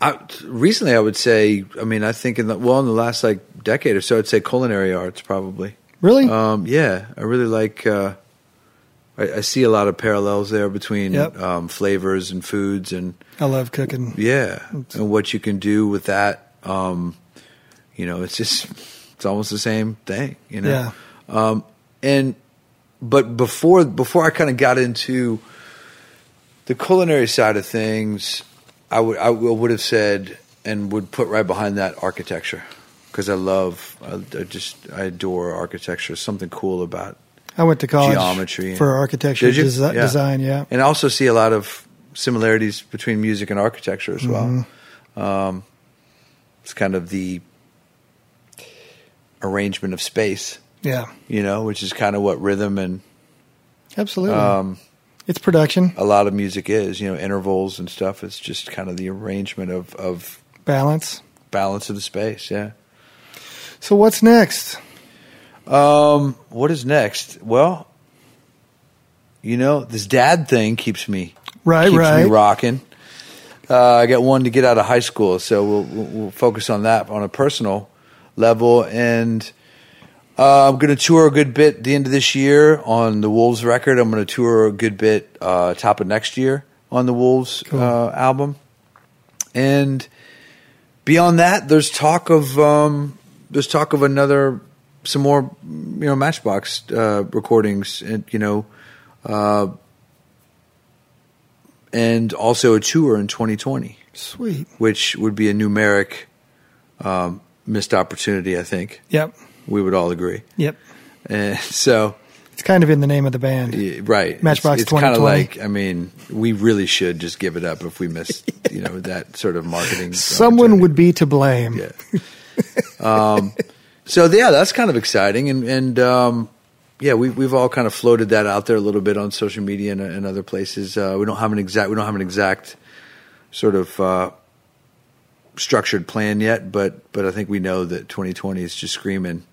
Speaker 2: I, recently, I would say. I mean, I think in the well, in the last like decade or so, I'd say culinary arts probably.
Speaker 1: Really?
Speaker 2: Um, yeah, I really like. Uh, I, I see a lot of parallels there between
Speaker 1: Yep.
Speaker 2: um, flavors and foods, and
Speaker 1: I love cooking.
Speaker 2: yeah,
Speaker 1: It's-
Speaker 2: and what you can do with that. Um, you know, it's just it's almost the same thing. You know,
Speaker 1: Yeah.
Speaker 2: um, and but before before I kind of got into the culinary side of things, I would I would have said and would put right behind that architecture because I love I, I just I adore architecture. Something cool about
Speaker 1: I went to college
Speaker 2: Geometry.
Speaker 1: for architecture
Speaker 2: Did you?
Speaker 1: desi-
Speaker 2: Yeah.
Speaker 1: design. Yeah,
Speaker 2: and I also see a lot of similarities between music and architecture as well.
Speaker 1: Mm-hmm.
Speaker 2: Um, it's kind of the arrangement of space,
Speaker 1: yeah,
Speaker 2: you know, which is kind of what rhythm and
Speaker 1: absolutely.
Speaker 2: um,
Speaker 1: it's production
Speaker 2: a lot of music is, you know, intervals and stuff. It's just kind of the arrangement of, of
Speaker 1: balance.
Speaker 2: balance of the space. Yeah.
Speaker 1: So what's next?
Speaker 2: Um, what is next? Well, you know, this dad thing keeps me
Speaker 1: Right,
Speaker 2: keeps
Speaker 1: right.
Speaker 2: me rocking. Uh, I got one to get out of high school, so we'll, we'll, we'll focus on that on a personal level. And uh, I'm going to tour a good bit at the end of this year on the Wolves record. I'm going to tour a good bit uh, top of next year on the Wolves
Speaker 1: Cool.
Speaker 2: uh, album. And beyond that, there's talk of um, there's talk of another some more you know Matchbox uh, recordings, and you know. Uh, and also a tour in 2020,
Speaker 1: Sweet.
Speaker 2: which would be a numeric um, missed opportunity. I think
Speaker 1: Yep.
Speaker 2: we would all agree.
Speaker 1: Yep.
Speaker 2: And *laughs* so,
Speaker 1: It's kind of in the name of the band.
Speaker 2: yeah, right, It's-
Speaker 1: Matchbox
Speaker 2: It's, kind of
Speaker 1: 2020.
Speaker 2: like I mean, we really should just give it up if we miss, you *laughs* know, that sort of
Speaker 1: *laughs*
Speaker 2: marketing.
Speaker 1: Someone
Speaker 2: opportunity.
Speaker 1: would be to blame.
Speaker 2: Yeah. um, So yeah, that's kind of exciting, and and um, yeah, we've we've all kind of floated that out there a little bit on social media and, and other places. Uh, we don't have an exact we don't have an exact sort of uh, structured plan yet, but but I think we know that 2020 is just screaming.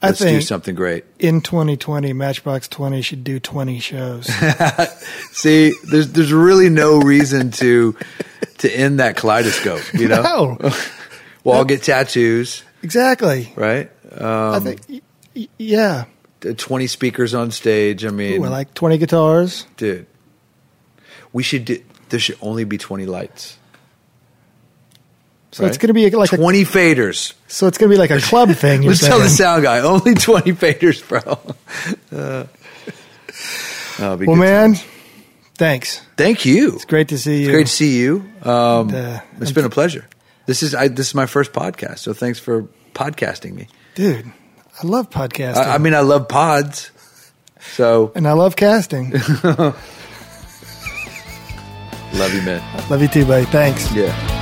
Speaker 1: I
Speaker 2: Let's do
Speaker 1: think-
Speaker 2: something great.
Speaker 1: In 2020, Matchbox 20 should do 20
Speaker 2: *laughs*
Speaker 1: shows.
Speaker 2: See, there's there's really no reason to to end that kaleidoscope. You know,
Speaker 1: No.
Speaker 2: we'll all get tattoos,
Speaker 1: exactly.
Speaker 2: right?
Speaker 1: I
Speaker 2: Um,
Speaker 1: think, y- y- yeah.
Speaker 2: Twenty speakers on stage. I mean,
Speaker 1: Ooh, I like 20 guitars.
Speaker 2: dude, we should. Do, there should only be twenty lights.
Speaker 1: So it's gonna be like a-
Speaker 2: twenty faders.
Speaker 1: So it's going to be like a
Speaker 2: *laughs*
Speaker 1: club thing. You're
Speaker 2: Let's tell the
Speaker 1: saying.
Speaker 2: sound guy only twenty faders, bro. *laughs* Uh, that'll be
Speaker 1: Well,
Speaker 2: good
Speaker 1: man,
Speaker 2: times.
Speaker 1: thanks.
Speaker 2: thank you. It's
Speaker 1: Great to see you.
Speaker 2: great to see you. Um,
Speaker 1: And, uh,
Speaker 2: it's been a pleasure. This is I, this is my first podcast, so thanks for podcasting me.
Speaker 1: Dude, I love podcasting.
Speaker 2: I, I mean, I love pods, so
Speaker 1: and I love
Speaker 2: *laughs*
Speaker 1: casting.
Speaker 2: love you, man.
Speaker 1: love you too, buddy. Thanks.
Speaker 2: Yeah.